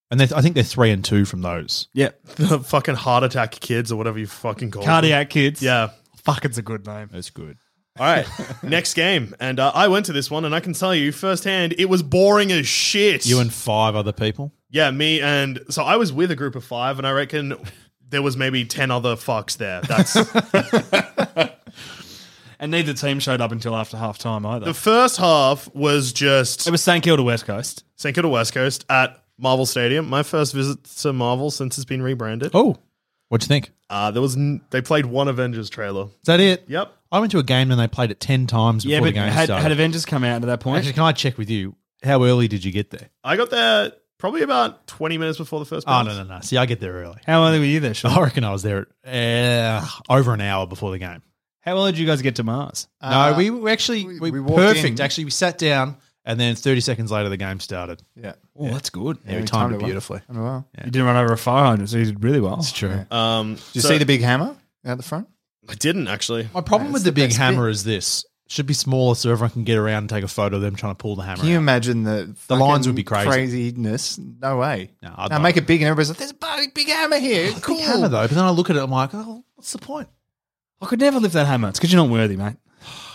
E: And they're, I think they're three and two from those.
C: Yeah.
D: the fucking heart attack kids or whatever you fucking call them.
C: Cardiac kids.
D: Yeah.
C: Fuck, it's a good name.
E: That's good.
D: All right. Next game. And uh, I went to this one and I can tell you firsthand it was boring as shit.
E: You and five other people.
D: Yeah, me and so I was with a group of 5 and I reckon there was maybe 10 other fucks there. That's
C: And neither team showed up until after half time either.
D: The first half was just
C: it was St Kilda West Coast.
D: St Kilda West Coast at Marvel Stadium. My first visit to Marvel since it's been rebranded.
E: Oh, what'd you think? Is
D: Uh, there was n- they played one Avengers trailer.
E: that it?
D: Yep.
E: I went to a game and they played it 10 times before
C: Yeah, but
E: the game
C: had,
E: started.
C: had Avengers come out at that point?
E: Actually, can I check with you? How early did you get there?
D: I got there probably about twenty minutes before the first.
E: Oh,
D: bounce.
E: no, no, no. See, I get there early.
C: How early were you there, Sean?
E: I reckon I was there at, uh, over an hour before the game.
C: How early did you guys get to Mars?
E: no, we, we actually,
F: we-
E: Uh, we,
F: we walked
E: perfect.
F: in.
E: Actually, we sat down and then 30 seconds later, the game started.
F: yeah.
C: Oh, that's good.
E: Yeah, we timed it beautifully.
F: Well. Timed it well.
C: You didn't run over a fire hydrant, so you did really well.
E: It's true.
D: Um,
F: Did you
D: so-
F: see the big hammer out the front?
D: I didn't actually.
E: My problem with
F: That's
E: the,
F: the
E: big
F: best
E: hammer is this. Should be smaller so everyone can get around and take a photo of them trying to pull the hammer
F: Can you
E: out.
F: imagine the
E: The lines would be
F: fucking
E: crazy.
F: Craziness? No way.
E: No, I'd
F: now
E: love
F: make
E: it. Oh,
F: it big, and everybody's like, "There's a big, big hammer here." cool.
E: Big hammer though, but then I look at it, I'm like, oh, what's the point?
C: I could never lift that hammer. It's because you're not worthy, mate.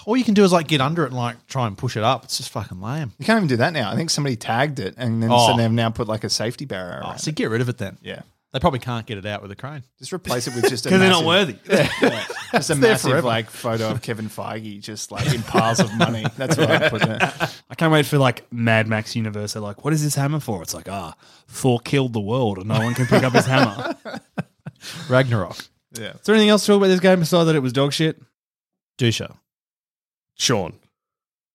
E: All you can do is like get under it and like try and push it up. It's just fucking lame.
F: You can't even do that now. I think somebody tagged it, and then
E: Oh.
F: so they've now put like a safety barrier
E: Oh,
F: around.
E: so
F: it.
E: get rid of it then.
F: Yeah,
E: They probably can't get it out with a crane.
F: just replace it with just a
C: Because they're not
F: massive-
C: worthy.
F: Just a massive like photo of Kevin Feige just like in piles of money. That's what I put there.
C: I can't wait for like Mad Max universe. They're like, what is this hammer for? It's like, ah, Thor killed the world and no one can pick up his hammer.
E: Ragnarok.
C: Is there anything else to talk about this game besides that it was dog shit?
E: Dusha,
D: Sean.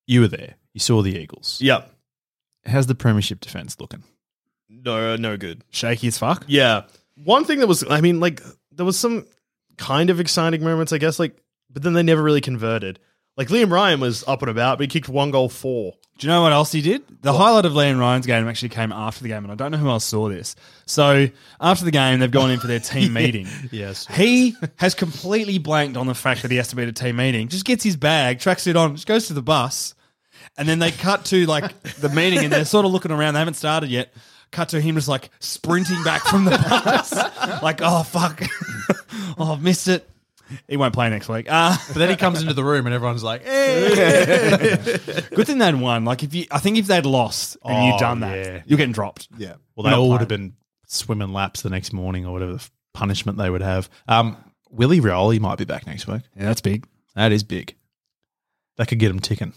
E: you were there. You saw the Eagles.
D: Yep.
E: How's the premiership defense looking?
D: No, uh, no good.
C: Shaky as fuck.
D: Yeah. One thing that was, I mean, like there was some kind of exciting moments, I guess. Like, but then they never really converted. Like Liam Ryan was up and about, but he kicked one goal four.
C: Do you know what else he did? The highlight of Liam Ryan's game actually came after the game, and I don't know who else saw this. So after the game, they've gone in for their team meeting.
E: Yes.
C: He has completely blanked on the fact that he has to be at a team meeting. Just gets his bag, tracks it on, just goes to the bus, and then they cut to like the meeting, and they're sort of looking around. They haven't started yet. Cut to him just like sprinting back from the bus, like oh fuck, oh I've missed it. He won't play next week. Uh,
E: But then he comes into the room and everyone's like, "Eh." hey.
C: Good thing they'd won. Like if you, I think if they'd lost and
E: Oh,
C: you'd done that,
E: yeah.
C: you're getting dropped.
F: Yeah.
E: Well, they all would have been swimming laps the next morning or whatever the f- punishment they would have. Um, Willie Rioli might be back next week.
C: Yeah, that's big.
E: That is big. That could get him ticking.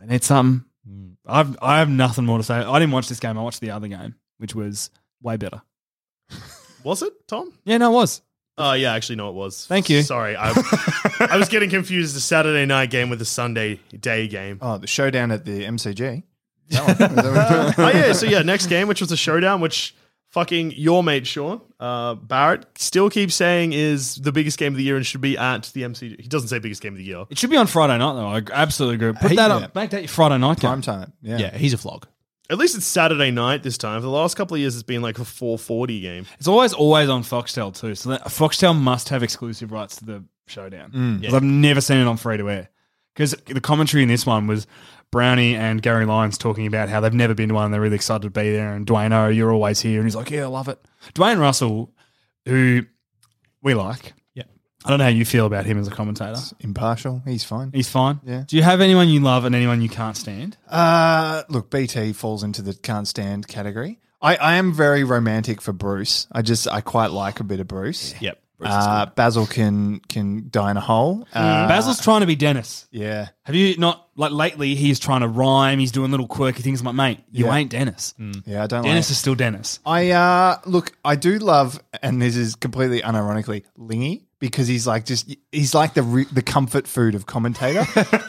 C: They need something. Mm. I've I have nothing more to say. I didn't watch this game. I watched the other game, which was way better.
D: Was it Tom?
C: Yeah, no, it was.
D: Oh yeah, actually, no, it was.
C: Thank you.
D: Sorry, I, I was getting confused. The Saturday night game with the Sunday day game.
F: Oh, the showdown at the MCG.
D: oh yeah, so yeah, next game, which was a showdown, which fucking your mate Sean uh, Barrett still keeps saying is the biggest game of the year and should be at the MCG. He doesn't say biggest game of the year.
C: It should be on Friday night though. I absolutely agree. Put
E: Hey,
C: that
E: yeah.
C: up. Make that your Friday night game.
F: Prime time. Yeah.
E: Yeah, he's a flog.
D: At least it's Saturday night this time. For the last couple of years, it's been like a four forty game.
C: It's always always on Foxtel too. So that, Foxtel must have exclusive rights to the showdown. 'Cause I've never seen it on free to air. Because the commentary in this one was Brownie and Gary Lyons talking about how they've never been to one and they're really excited to be there. And Dwayne, oh, you're always here. And he's like, yeah, I love it. Dwayne Russell, who we like.
E: Yeah.
C: I don't know how you feel about him as a commentator.
F: Impartial. He's fine.
C: He's fine.
F: Yeah.
C: Do you have anyone you love and anyone you can't stand?
F: Uh, look, BT falls into the can't stand category. I, I am very romantic for Bruce. I just I quite like a bit of Bruce.
E: Yep.
F: Uh, Basil can can die in a hole. Uh,
C: Basil's trying to be Dennis.
F: yeah.
C: Have you not like lately he's trying to rhyme, he's doing little quirky things. I'm like, mate, you
F: Yeah.
C: ain't Dennis.
F: Yeah, I don't like
C: Dennis is still Dennis.
F: I uh look, I do love, and this is completely unironically Lingy because he's like just he's like the re- the comfort food of commentator.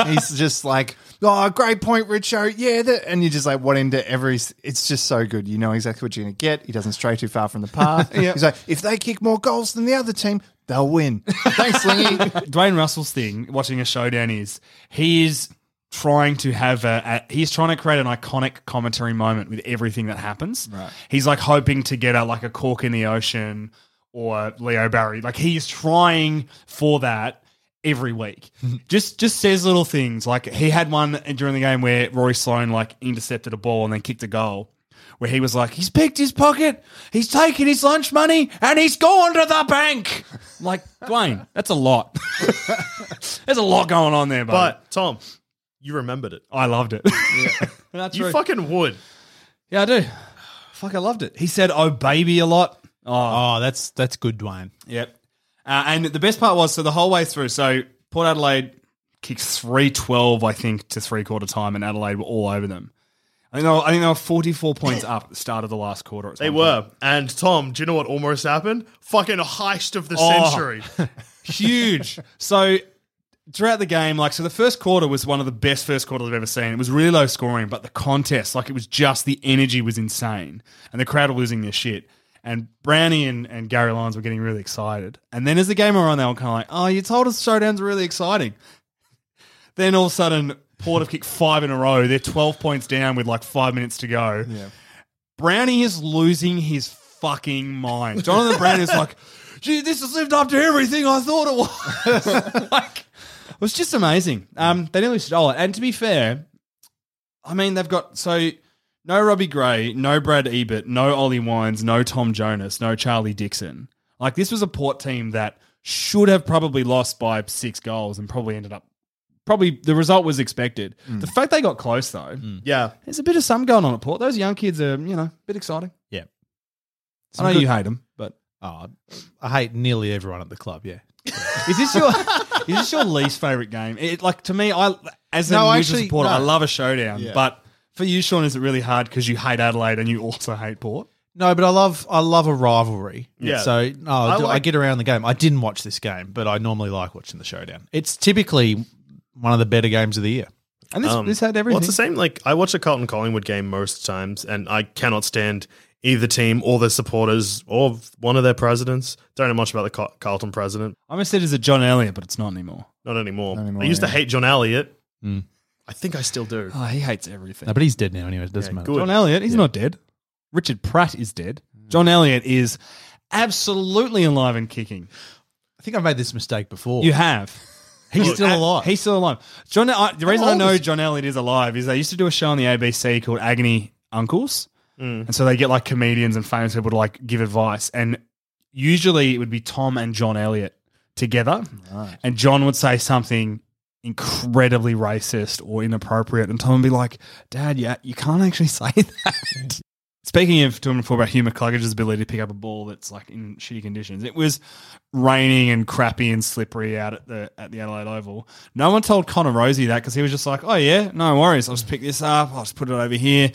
F: he's just like, oh, great point, Richo. Yeah, the, and you just like what into every. It's just so good. You know exactly what you're gonna get. He doesn't stray too far from the path. He's like, if they kick more goals than the other team, they'll win. Thanks, Lingy.
C: Dwayne Russell's thing, watching a showdown, is he is trying to have a, a he's trying to create an iconic commentary moment with everything that happens. Right. He's like hoping to get a like a cork in the ocean or Leo Barry. Like he's trying for that every week. just just says little things. Like he had one during the game where Rory Sloan like intercepted a ball and then kicked a goal. Where he was like, he's picked his pocket, he's taken his lunch money, and he's gone to the bank. I'm Like, Dwayne, that's a lot. There's a lot going on there, but
D: But Tom, you remembered it.
C: I loved it. That's
D: You
C: true.
D: fucking would.
C: yeah, I do. Fuck, I loved it. He said, "Oh, baby," a lot. Oh,
E: Oh, that's that's good, Dwayne.
C: yep. Uh, and the best part was so the whole way through. So Port Adelaide kicked three twelve, I think, to three quarter time, and Adelaide were all over them. I think they were, I think they were forty four points up at the start of the last quarter. at
D: They
C: some
D: were. And Tom, do you know what almost happened? Fucking heist of the
C: Oh.
D: century.
C: huge. So throughout the game, like so, the first quarter was one of the best first quarters I've ever seen. It was really low scoring, but the contest, like it was just the energy was insane, and the crowd were losing their shit. And Brownie and, and Gary Lyons were getting really excited. And then as the game went on, they were kind of like, "Oh, you told us showdowns are really exciting." Then all of a sudden, Port have kicked five in a row. They're twelve points down with like five minutes to go. Brownie is losing his fucking mind. Jonathan Brownie is like, gee, this has lived up to everything I thought it was. like, it was just amazing. Um, they nearly stole it. And to be fair, I mean, they've got so no Robbie Gray, no Brad Ebert, no Ollie Wines, no Tom Jonas, no Charlie Dixon. Like, this was a port team that should have probably lost by six goals and probably ended up. Probably the result was expected. The fact they got close, though,
D: yeah.
C: there's a bit of some going on at Port. Those young kids are, you know, a bit exciting.
E: Yeah.
C: I know
E: good-
C: you hate them, but
E: Oh, I hate nearly everyone at the club. Yeah.
C: is this your is this your least favorite game? It, like to me, I as
E: No,
C: a neutral
E: actually,
C: supporter,
E: no.
C: I love a showdown.
E: Yeah.
C: But for you, Sean, is it really hard because you hate Adelaide and you also hate Port?
E: No, but I love I love a rivalry.
D: Yeah.
E: So no, I, do- I
D: like-
E: get around the game. I didn't watch this game, but I normally like watching the showdown. It's typically one of the better games of the year.
C: And this, this had everything.
D: Um, Well, it's the same. Like I watch a Carlton Collingwood game most times, and I cannot stand either team or their supporters or one of their presidents. Don't know much about the Car- Carlton president,
C: I almost said it's a John Elliott, but it's not anymore. Hmm.
D: not anymore.
F: anymore,
D: I used to
F: yeah.
D: hate John Elliott. I think I still do.
C: Oh, he hates everything.
E: No, but he's dead now anyway. It doesn't matter.
D: good.
C: John Elliott, he's not dead. Mm. Richard Pratt is dead. John Elliott is absolutely alive and kicking.
E: I think I've made this mistake before.
C: You have.
E: He's still alive.
C: He's still alive. John. I the reason I know John Elliott is alive is they used to do a show on the ABC called Agony Uncles,
E: Mm.
C: and so they get like comedians and famous people to like give advice, and usually it would be Tom and John Elliott together, and John would say something incredibly racist or inappropriate, and Tom would be like, "Dad, yeah, you can't actually say that." Speaking of talking before about Hugh McCluggage's ability to pick up a ball that's like in shitty conditions, it was raining and crappy and slippery out at the at the Adelaide Oval. No one told Connor Rosie that because he was just like, "Oh yeah, no worries. I'll just pick this up. I'll just put it over here."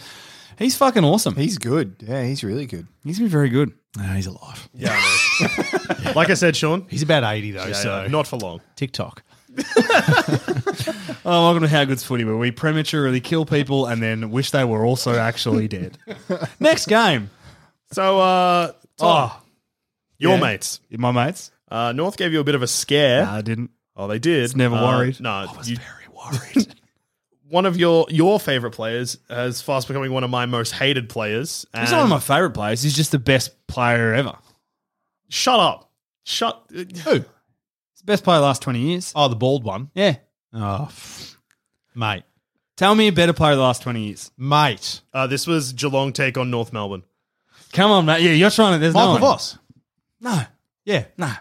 C: He's fucking awesome.
F: He's good. Yeah, he's really good.
C: He's been very good.
E: No, he's alive.
D: Yeah. I know. like I said, Sean.
E: He's about eighty though.
D: yeah,
E: so
D: yeah, not for long.
E: TikTok.
C: Oh, welcome to How Good's Footy, where we prematurely kill people and then wish they were also actually dead. Next game.
D: So, uh,
C: Oh,
D: your
C: yeah.
D: mates.
C: my mates.
D: Uh, North gave you a bit of a scare.
C: Nah, I didn't.
D: Oh, they did.
C: It's never
D: Uh,
C: worried.
D: No,
C: I was
D: you-
C: very worried.
D: one of your your favorite players has fast becoming one of my most hated players.
C: He's
D: and-
C: not one of my favorite players. He's just the best player ever.
D: Shut up. Shut.
E: Who?
C: He's the best player uh, the last twenty years.
E: Oh, the bald one.
C: Yeah.
E: Oh, f- mate,
C: Tell me a better player the last twenty years.
E: mate.
D: Uh, this was Geelong take on North Melbourne.
C: Come on, mate. Yeah, you're trying to. There's
E: Michael
C: no one.
E: Voss.
C: No,
E: Yeah,
C: no.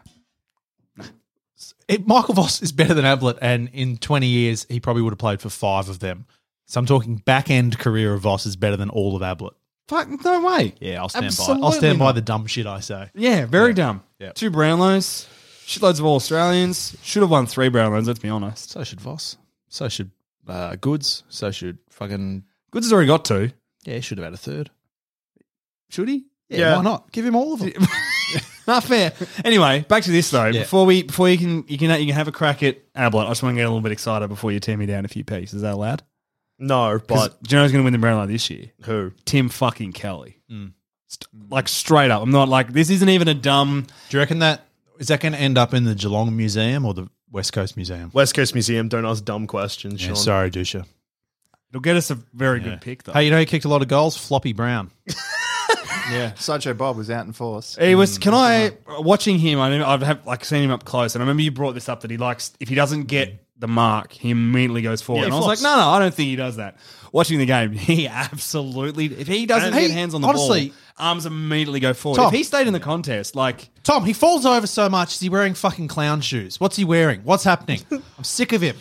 E: it, Michael Voss is better than Ablett, and in 20 years, he probably would have played for five of them. So I'm talking back end career of Voss is better than all of Ablett.
C: Fuck, no way.
E: Yeah, I'll stand by. I'll
C: Absolutely
E: stand by
C: not.
E: the dumb shit I say.
C: Yeah, very dumb.
E: Yeah.
C: Two Brownlows, shitloads of all Australians. Should have won three Brownlows, let's be honest.
E: So should Voss. So should
G: uh, Goods, so should fucking
C: Goods has already got two.
G: yeah, he should have had a third. Should he? Yeah,
D: Yeah.
G: why not? Give him all of them.
C: Not fair. Anyway, back to this though.
G: Yeah.
C: Before we before you can you can you can have a crack at Ablett, I just want to get a little bit excited before you tear me down a few pieces. Is that allowed? 'Cause
D: No, but
C: do you know who's going to win the brown line this year?
D: who?
C: Tim fucking Kelly. St- like straight up. I'm not like this isn't even a dumb
E: Do you reckon that is that going to end up in the Geelong Museum or the West Coast Museum?
D: West Coast Museum. Don't ask dumb questions,
E: Yeah,
D: Sean.
E: sorry, Dusha.
C: it'll get us a very good pick though.
E: Hey, you know he kicked a lot of goals. Floppy Brown.
F: Yeah. Sideshow Bob was out in force.
C: He was. Can I
E: Mm.
C: watching him? I remember, I've have, like seen him up close, and I remember you brought this up that he likes if he doesn't get the mark, he immediately goes forward.
D: Yeah,
C: and
D: he
C: I was like,
D: flops.
C: no, no, I don't think he does that. Watching the game, he absolutely. If he doesn't
E: And
C: get
E: he-
C: hands on the
E: honestly-
C: ball, arms immediately go forward.
E: Tom.
C: if he stayed in the contest, like
E: Tom, he falls over so much. Is he wearing fucking clown shoes? What's he wearing? What's happening? I'm sick of him.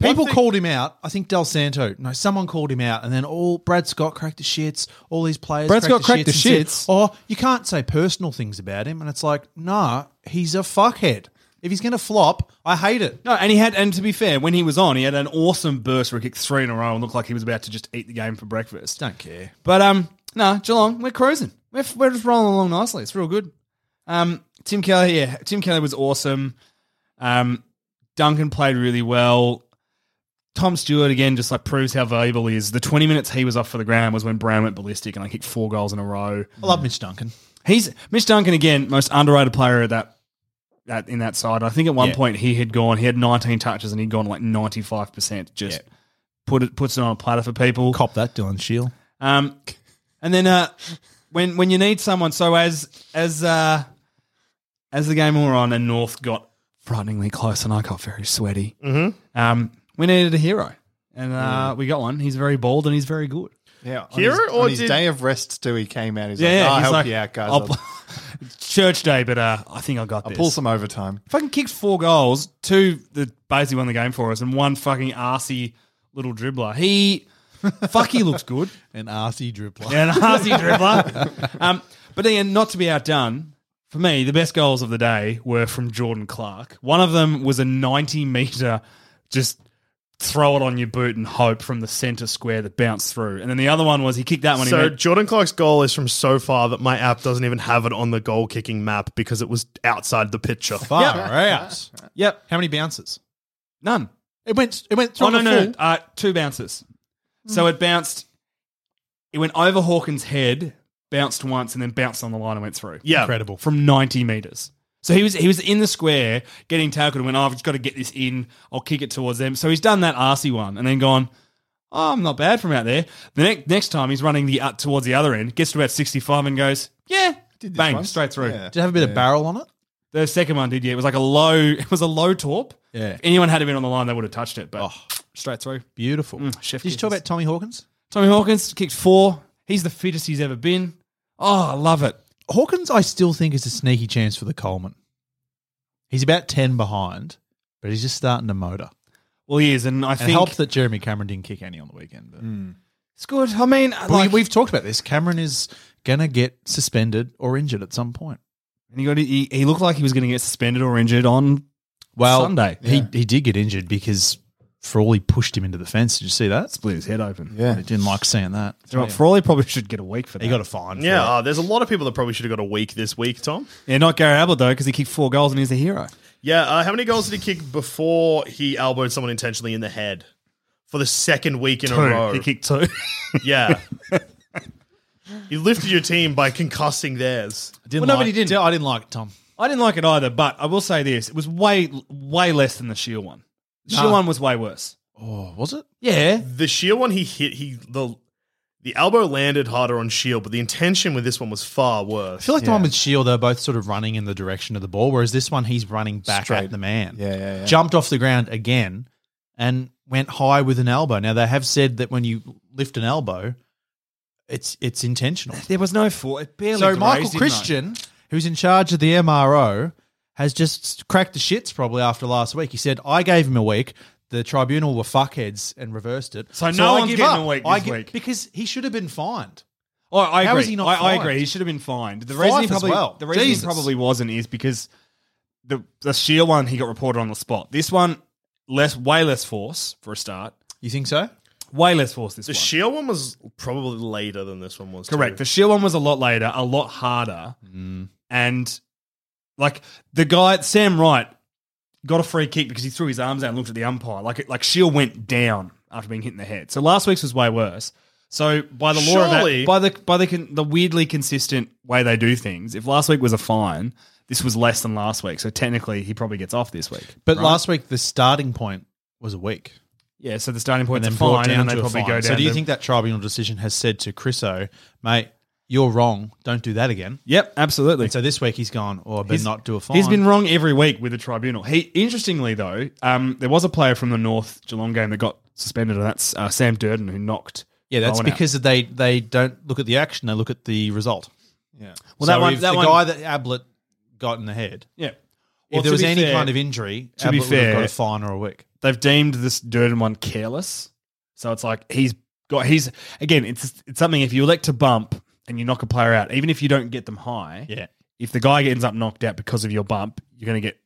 E: People called him out. I think Del Santo. No, someone called him out, and then all Brad Scott cracked the shits. All these players.
C: Brad Scott cracked the
E: and
C: shits.
E: said, oh, you can't say personal things about him, and it's like, nah, he's a fuckhead. If he's going to flop, I hate it.
C: no, and he had. And to be fair, when he was on, he had an awesome burst where he kicked three in a row and looked like he was about to just eat the game for breakfast.
E: Don't care.
C: But um, no, Geelong, we're cruising. We're, we're just rolling along nicely. It's real good. Um, Tim Kelly, yeah, Tim Kelly was awesome. Um, Duncan played really well. Tom Stewart again just like proves how valuable he is. The twenty minutes he was off for the ground was when Brown went ballistic and I kicked four goals in a row.
E: I love Mitch Duncan.
C: He's Mitch Duncan again, most underrated player at that. That in that side, I think at one point he had gone. He had 19 touches and he'd gone like 95. percent Just put it puts it on a platter for people.
E: Cop that, Dylan Shield.
C: Um, and then uh, when when you need someone, so as as uh, as the game wore on, and North got frighteningly close, and I got very sweaty. Mm-hmm. Um, we needed a hero, and uh, we got one. He's very bald and he's very good.
F: Yeah. On
D: Here
F: his,
D: or
F: on his
D: did-
F: day of rest too, he came out. He's
C: Yeah,
F: like,
C: yeah,
F: I'll
C: he's
F: help
C: like,
F: you out, guys.
C: I'll
F: I'll,
C: pl- Church day, but uh, I think I got
F: I'll
C: this.
F: pull some overtime.
C: fucking kicked four goals, two that basically won the game for us, and one fucking arsey little dribbler. He fuck, he looks good.
E: An arsey dribbler.
C: Yeah, an arsey dribbler. Um, but then, not to be outdone, for me, the best goals of the day were from Jordan Clark. One of them was a 90 metre just throw it on your boot and hope from the centre square that bounced through. And then the other one was he kicked that one. he
D: So
C: went-
D: Jordan Clark's goal is from so far that my app doesn't even have it on the goal kicking map because it was outside the picture.
E: Far out.
C: yep,
E: How many bounces?
C: none.
E: It went. It went through.
C: Oh, no,
E: the
C: no,
E: full.
C: uh, two bounces. So it bounced, it went over Hawkins' head, bounced once, and then bounced on the line and went through.
D: Yeah,
E: Incredible.
C: from 90 meters. So he was he was in the square getting tackled and went, oh, I've just got to get this in. I'll kick it towards them. So he's done that arsey one and then gone, oh, I'm not bad from out there. The next next time he's running the up towards the other end, gets to about 65 and goes, yeah,
F: this
C: bang,
F: once.
C: straight through.
F: Yeah.
E: Did it have a bit of barrel on it?
C: The second one did, yeah. It was like a low, it was a low torp.
E: Yeah.
C: If anyone had been on the line, they would have touched it, but straight through.
E: Beautiful.
C: Mm, chef
E: Did you talk
C: kisses.
E: about Tommy Hawkins?
C: Tommy Hawkins kicked four. He's the fittest he's ever been. Oh, I love it.
E: Hawkins, I still think is a sneaky chance for the Coleman. He's about ten behind, but he's just starting to motor.
C: Well, he is, and I
E: And
C: think Mm.
E: help that Jeremy Cameron didn't kick any on the weekend. But
C: it's good. I mean,
E: But
C: like,
E: we, we've talked about this. Cameron is gonna get suspended or injured at some point.
C: And he got he, he looked like he was going to get suspended or injured on
E: Well,
C: Sunday.
E: he he did get injured because Frawley pushed him into the fence. Did you see that?
C: split his head open.
E: I
F: Yeah.
E: didn't like seeing that.
C: So Frawley probably should get a week for that.
E: He got a fine. for
D: Yeah,
E: it.
D: uh, there's a lot of people that probably should have got a week this week, Tom.
C: yeah, not Gary Ablett though, because he kicked four goals and he's a hero.
D: Yeah, uh, how many goals did he kick before he elbowed someone intentionally in the head for the second week in a row?
C: He kicked two.
D: yeah. you lifted your team by concussing theirs.
E: I didn't
C: Well, no, but
E: like-
C: he didn't.
E: I didn't like it, Tom.
C: I didn't like it either, but I will say this: it was way way less than the Shield one. The Shield
E: Nah.
C: one was way worse.
E: Oh, was it?
C: Yeah,
D: The sheer one he hit, he the the elbow landed harder on Shield, but the intention with this one was far
E: I
D: worse.
E: feel like the one with Shield, they're both sort of running in the direction of the ball, whereas this one, he's running back
F: Straight.
E: at the man.
F: Yeah, yeah, yeah.
E: Jumped off the ground again and went high with an elbow. Now, they have said that when you lift an elbow, it's it's intentional.
C: there was no four. It barely.
E: So,
C: grazed
E: Michael
C: him, though.
E: Christian, who's in charge of the MRO, has just cracked the shits probably after last week. He said, I gave him a week. The tribunal were fuckheads and reversed it.
C: So no
E: I
C: one's
E: give
C: getting
E: up.
C: a week
E: I
C: this
E: gi-
C: week.
E: Because he should have been fined.
C: Oh, I agree.
E: How is he not
C: I, I
E: fined?
C: agree. He should have been fined. The
E: Five
C: reason he
E: as
C: probably
E: well.
C: the reason
E: Jesus.
C: he probably wasn't is because the the sheer one he got reported on the spot. This one less way less force for a start.
E: You think so?
C: Way less force this
D: The
C: one.
D: Shield one was probably later than this one was.
C: Correct. The
D: Too.
C: shield one was a lot later, a lot harder, and like the guy Sam Wright got a free kick because he threw his arms out and looked at the umpire. Like it, like shield went down after being hit in the head. So last week's was way worse. So by the law of that,
D: Surely-
C: by the by the con- the weirdly consistent way they do things, if last week was a fine, this was less than last week. So technically, he probably gets off this week.
E: But
C: right?
E: last week the starting point was a week,
C: yeah, so the starting
E: and
C: point's a
E: then brought
C: fine,
E: down
C: and then
E: to
C: they
E: a
C: probably
E: fine.
C: go down.
E: so do you
C: to-
E: think that tribunal decision has said to Chriso, mate, you're wrong. Don't do that again.
C: Yep, absolutely.
E: And so this week he's gone, or I better
C: He's-
E: not do a fine.
C: He's been wrong every week with the tribunal. He interestingly though, um, there was a player from the North Geelong game that got suspended, and that's uh, Sam Durden who knocked.
E: Yeah, that's
C: Bowen out.
E: because they they don't look at the action; they look at the result. Yeah.
C: that
E: Well, that
C: one-
E: one,
C: that
E: the
C: one-
E: guy that Ablett got in the head.
C: yeah.
E: if
C: Well, to
E: there was
C: be
E: any
C: fair,
E: kind of injury,
C: to be
E: Ablett would have
C: fair-
E: got a fine or a wick.
C: they've deemed this Durden one careless, so it's like he's got he's again. It's it's something if you elect to bump and you knock a player out, even if you don't get them high.
E: Yeah.
C: If the guy ends up knocked out because of your bump, you're going to get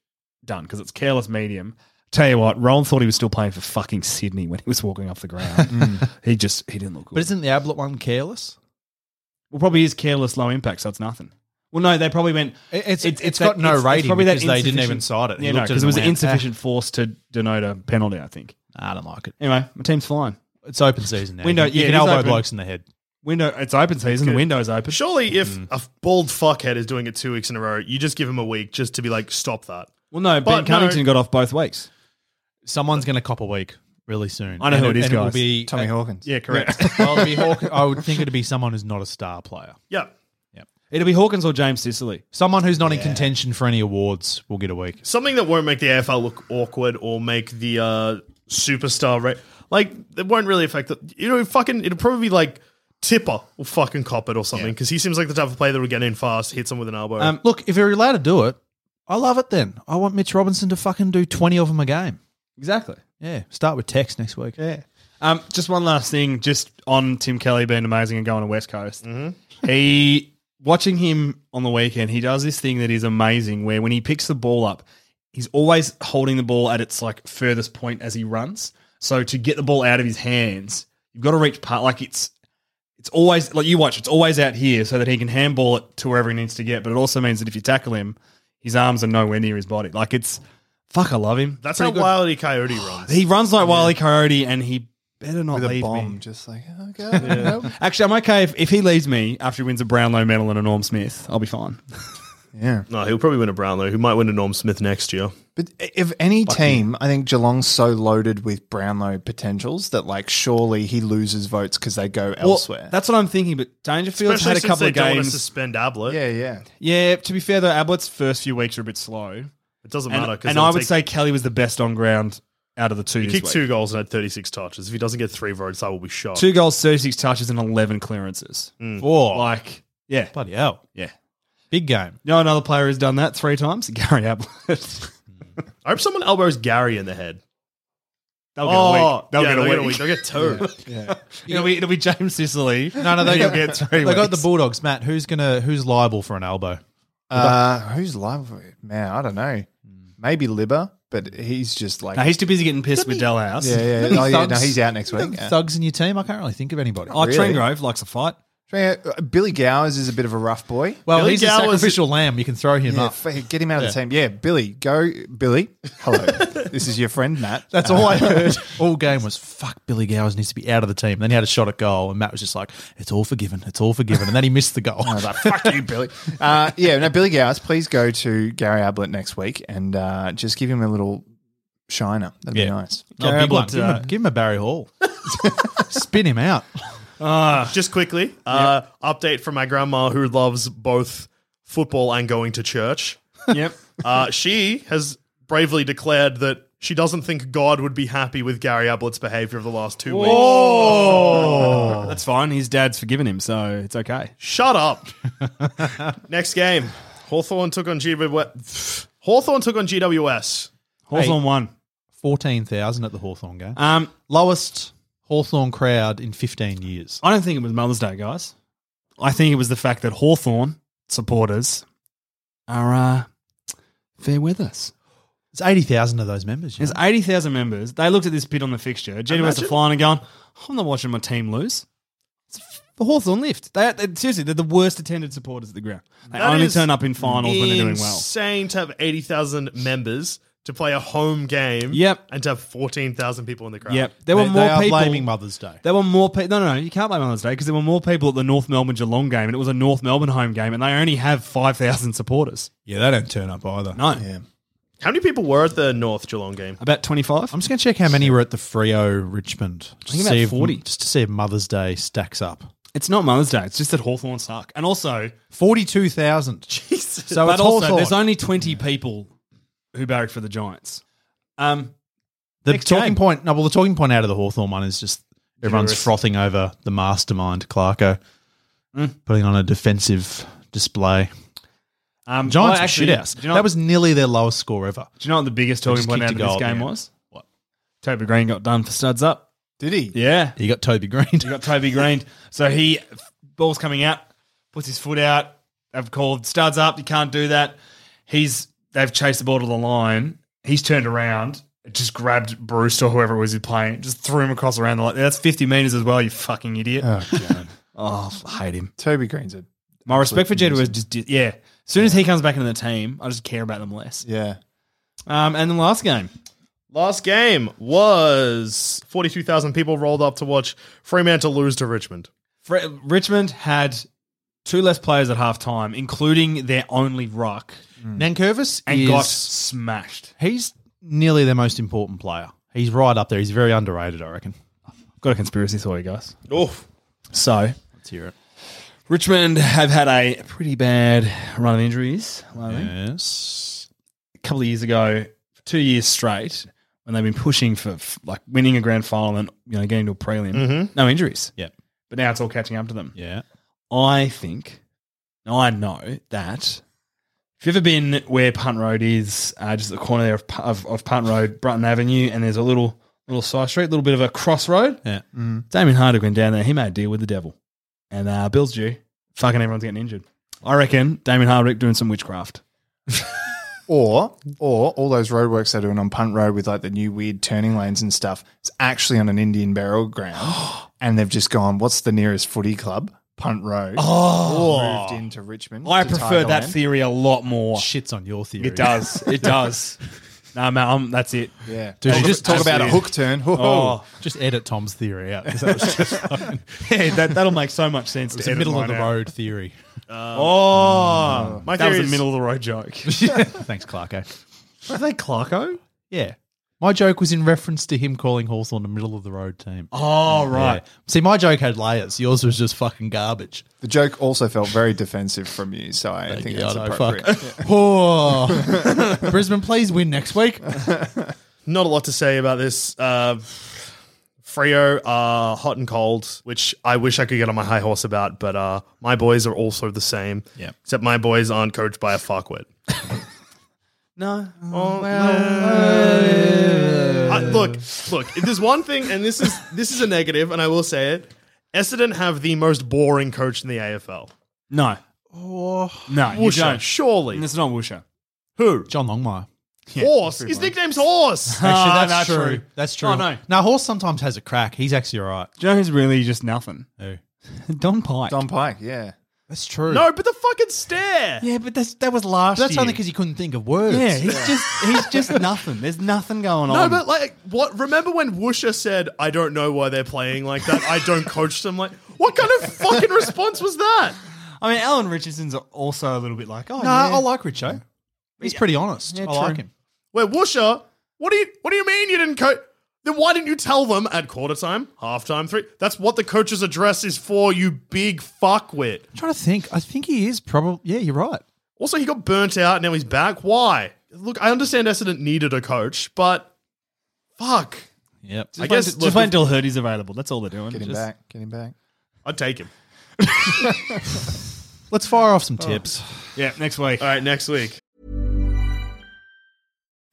C: done because it's careless medium. Tell you what, Roland thought he was still playing for fucking Sydney when he was walking off the ground. he just he didn't look good.
E: Mm. But isn't the Ablett one careless?
C: Well, probably is careless, low impact, so it's nothing. Well, no, they probably went.
E: It- it's-
C: it-
E: it's got no rating
C: that
E: because they didn't even
C: insufficient-
E: cite it. They
C: Yeah, no,
E: looked at
C: because
E: it
C: it was
E: and went,
C: insufficient force to denote a penalty. I think.
E: I don't like it.
C: Anyway, my team's flying.
E: It's open season now.
C: We know-
E: you you
C: yeah,
E: can
C: it is
E: elbow
C: open.
E: blokes in the head.
C: Window, it's open season. The window's open.
D: Surely, if a bald fuckhead is doing it two weeks in a row, you just give him a week just to be like, stop that.
C: Well, no, Ben
D: But no-
C: Cunnington got off both weeks.
E: Someone's going to cop a week really soon.
C: I know
E: And
C: who it is,
E: and will
C: guys.
E: be
F: Tommy Hawkins.
C: Yeah, correct.
E: well, it'll be Hawk- I would think it'd be someone who's not a star player.
D: Yeah.
C: It'll be Hawkins or James Sicily.
E: Someone who's not in contention for any awards will get a week.
D: Something that won't make the AFL look awkward or make the uh, superstar rate. Like, it won't really affect it. You know, fucking, it'll probably be like Tipper will fucking cop it or something because he seems like the type of player that would get in fast, hit someone with an elbow.
E: Um, look, if you're allowed to do it, I love it then. I want Mitch Robinson to fucking do 20 of them a game.
C: Exactly.
E: Yeah. Start with Tex next week. Yeah.
C: Um, just one last thing, just on Tim Kelly being amazing and going to West Coast. He watching him on the weekend, he does this thing that is amazing where when he picks the ball up, he's always holding the ball at its like furthest point as he runs. So to get the ball out of his hands, you've got to reach part like it's it's always like you watch, it's always out here so that he can handball it to wherever he needs to get. But it also means that if you tackle him, his arms are nowhere near his body. Like it's fuck, I love him.
D: That's how
C: Pretty good. Oh,
D: Wiley Coyote runs.
C: He runs like Wiley Coyote, and he better not
F: With a
C: leave
F: bomb,
C: me.
F: just like, "Oh, okay. well,
C: Actually, I'm okay if, if he leaves me after he wins a Brownlow medal and a Norm Smith. I'll be fine.
F: yeah.
D: no, he'll probably win a Brownlow. He might win a Norm Smith next year.
F: But if any team, I think Geelong's so loaded with Brownlow potentials that, like, surely he loses votes because they go elsewhere.
C: that's what I'm thinking. But Dangerfield's
D: Especially
C: had a couple
D: since
C: of
D: they don't want to
C: games.
D: suspend Ablett.
F: yeah, yeah.
C: Yeah, to be fair though, Ablett's first few weeks are a bit slow,
D: It doesn't matter.
C: and,
D: 'cause
C: and
D: they'll
C: I would
D: take-
C: say Kelly was the best on ground out of the two.
D: He
C: this
D: kicked
C: week.
D: two goals and had 36 touches. If he doesn't get three votes, I will be shocked.
C: two goals, thirty six touches, and eleven clearances.
D: Mm.
E: Four.
C: Like, yeah,
E: Bloody hell.
C: yeah.
E: Big game.
C: You know, another player who's done that three times, Gary Ablett.
D: I hope someone elbows Gary in the head. Oh,
C: They'll get a week. They'll
D: yeah,
C: get a
D: they'll
C: week.
D: They'll get two.
E: Uh,
C: It'll be, it'll be James Sicily.
E: No, no, they
C: You'll
E: got,
C: get three
E: they got the
C: weeks.
E: Bulldogs. Matt, who's gonna who's liable for an elbow?
F: Uh, who's live? Man, I don't know.
E: Hmm.
F: Maybe Libba, but he's just like,
C: No, he's too busy getting pissed with Dell House.
F: yeah, yeah.
E: Any
F: Oh, yeah. No,
E: thugs?
F: he's out next
E: Any
F: week. Yeah.
E: Thugs in your team? I can't really think of anybody.
C: Oh,
F: Really?
C: Trengrove likes a fight.
F: Uh, Billy Gowers is a bit of a rough boy.
E: well,
D: Billy
E: he's a
D: Gow was-
E: sacrificial lamb. You can throw him
F: Yeah,
E: up.
F: f- get him out of the team. Yeah, Billy, go, Billy. Hello, this is your friend Matt.
E: That's all I heard all game was fuck Billy Gowers needs to be out of the team. Then he had a shot at goal, and Matt was just like, "It's all forgiven, it's all forgiven," and then he missed the goal.
F: I was like, fuck you, Billy. Uh, yeah, no, Billy Gowers, please go to Gary Ablett next week and uh, just give him a little shiner. That'd be
E: Yeah.
F: nice.
E: No,
C: Gary
E: big one.
C: Ablett,
E: Give, him
C: uh,
E: a, give him a Barry Hall. Spin him out.
D: Just quickly, uh, update from my grandma who loves both football and going to church.
C: Yep.
D: Uh, she has bravely declared that she doesn't think God would be happy with Gary Ablett's behavior of the last two weeks.
C: Oh, that's fine. His dad's forgiven him, so it's okay.
D: Shut up. Next game, Hawthorn took on GW. Hawthorn took on GWS.
C: Hawthorn won.
E: Fourteen thousand at the Hawthorn game.
C: Um,
E: Lowest Hawthorn crowd in fifteen years.
C: I don't think it was Mother's Day, guys. I think it was the fact that Hawthorn supporters are uh, fair weathers.
E: It's 80,000 of those members. you
C: There's
E: know?
C: 80,000 members. They looked at this bid on the fixture. GWS are flying and going, I'm not watching my team lose. It's f- the Hawthorn lift. They, they- seriously, they're the worst attended supporters at the ground. They
D: That
C: only
D: is
C: turn up in finals when they're doing well.
D: Insane to have eighty thousand members to play a home game.
C: Yep.
D: and to have fourteen thousand people in the crowd.
C: Yep. There
E: They-
C: were more
E: they are
C: people.
E: blaming Mother's Day.
C: There were more people. No, no, no. You can't blame Mother's Day because there were more people at the North Melbourne Geelong game, and it was a North Melbourne home game, and they only have 5,000 supporters.
E: Yeah, they don't turn up either.
C: No.
D: How many people were at the North Geelong game?
C: About 25?
E: I'm just going to check how many were at the Frio Richmond. Just
C: think
E: to
C: about
E: see if-
C: 40.
E: Just to see if Mother's Day stacks up.
C: It's not Mother's Day. It's just that Hawthorn suck. And also,
E: 42,000. Jesus. So
C: but
E: it's
C: also,
E: also,
C: there's only 20 people who barrack for the Giants. Um,
E: the
C: next
E: talking
C: game.
E: point. No, well, the talking point out of the Hawthorn one is just everyone's
C: Generous.
E: frothing over the mastermind, Clarko,
C: Hmm.
E: putting on a defensive display.
C: um,
E: Giants
C: I
E: were
C: actually-
E: shithouse.
C: Do you know,
E: that was nearly their lowest score ever.
C: do you know what the biggest
E: They
C: talking
E: just
C: point out
E: kicked
C: of
E: a
C: this
E: goal,
C: game
E: yeah.
C: was? What? Toby Green got done for studs up.
F: Did he?
C: Yeah.
E: You got Toby Green.
C: You got Toby Green. So he ball's coming out, puts his foot out. They've called studs up. You can't do that. He's they've chased the ball to the line. He's turned around, just grabbed Bruce or whoever it was he's playing, just threw him across around the line. That's fifty meters as well. You fucking idiot.
F: Oh, God.
C: Oh, I hate him.
F: Toby Green's a
C: My respect for Jed was just yeah. As soon as he comes back into the team, I just care about them less.
F: yeah.
C: Um, and the last game,
D: Last game was forty-two thousand people rolled up to watch Fremantle lose to Richmond.
C: Fre- Richmond had two less players at halftime, including their only ruck,
E: Nankervis
C: and
E: is
C: got smashed.
E: he's nearly their most important player. He's right up there. He's very underrated, I reckon.
C: Got a conspiracy theory, guys.
D: Oof.
C: So
E: Let's hear it.
C: Richmond have had a pretty bad run of injuries. lately.
E: Yes.
C: A couple of years ago, for two years straight, when they've been pushing for f- like winning a grand final and you know getting to a prelim,
D: Mm. Mm-hmm.
C: no injuries.
E: Yep.
C: But now it's all catching up to them.
E: Yeah.
C: I think, now I know that if you've ever been where Punt Road is, uh, just at the corner there of, Pu- of, of Punt Road, Brunton Avenue, and there's a little little side street, a little bit of a crossroad.
E: Yeah.
C: Damien Hardwick went down there. He made a deal with the devil, and uh, Bill's due. Fucking everyone's getting injured. I reckon Damien Hardwick doing some witchcraft.
F: Or or all those roadworks they're doing on Punt Road with like the new weird turning lanes and stuff. It's actually on an Indian burial ground, and they've just gone. What's the nearest footy club? Punt Road. Oh, moved into Richmond.
C: I
F: to
C: prefer that
F: Tigerland.
C: theory a lot more.
E: Shits on your theory.
C: It does. It does. no, man, I'm, that's it.
F: Yeah.
E: Dude,
F: talk
E: you just-
F: talk about a
E: absolutely.
F: hook turn.
C: Oh,
E: Just edit Tom's theory out. 'cause that was just fucking-
C: yeah, that, that'll make so much sense.
E: it's
C: to
E: a
C: edit
E: middle of
C: mine
E: the
C: out.
E: road theory.
C: Oh,
D: My
C: that was
D: theory
C: a
D: is-
C: middle of the road joke.
E: Thanks, Clarko.
C: Are they Clarko?
E: Yeah. My joke was in reference to him calling Hawthorn a middle of the road team.
C: Oh, right.
E: Yeah. See, my joke had layers. Yours was just fucking garbage.
F: The joke also felt very defensive from you, so I think
E: Yeah,
F: that's
E: I know,
F: appropriate.
E: fuck. Oh. Brisbane, please win next week.
D: Not a lot to say about this. Uh, Frio are hot and cold, which I wish I could get on my high horse about, but uh, my boys are also the same.
E: Yep.
D: Except my boys aren't coached by a fuckwit.
C: No.
F: Oh,
D: I, Uh, look, look. If there's one thing, and this is this is a negative, and I will say it. Essendon have the most boring coach in the AFL.
C: No. no, you
D: Woosha,
C: don't.
D: surely.
C: It's not Woosha.
D: Who?
E: John Longmire.
D: Horse. His nickname's Horse.
E: Actually,
C: Ah,
E: that's,
C: that's
E: true.
C: true.
E: That's true.
C: Oh, no.
E: Now, Horse sometimes has a crack. He's actually all right.
C: Do you know who's really just nothing?
E: Who?
C: Don Pike.
F: Don Pike, yeah.
E: That's true.
D: No, but the fucking stare.
C: Yeah, but that's, that was last
E: but that's
C: year.
E: only because he couldn't think of words.
C: Yeah, he's just he's just nothing. There's nothing going
D: No,
C: on.
D: but like, what? Remember when Woosha said, "I don't know why they're playing like that. I don't coach them." Like, what kind of fucking response was that?
C: I mean, Alan Richardson's also a little bit like, oh,
E: No,
C: yeah.
E: I like Richo. He's pretty honest.
C: Yeah,
E: I
C: true.
E: like him.
D: Where Woosha? What do you? What do you mean you didn't coach? Then why didn't you tell them at quarter time, half time, three? That's what the coach's address is for. You big fuckwit.
E: I'm trying to think. I think he is probably. Yeah, you're right.
D: Also, he got burnt out. Now he's back. Why? Look, I understand Essendon needed a coach, but fuck,
E: Yep.
D: I guess
C: just
D: look,
C: wait until Hurdy's available. That's all they're doing.
F: Get him
C: Just-
F: back. Get him back.
D: I'd take him.
E: Let's fire off some
C: Oh.
E: tips.
C: Yeah, next week.
D: All right, next week.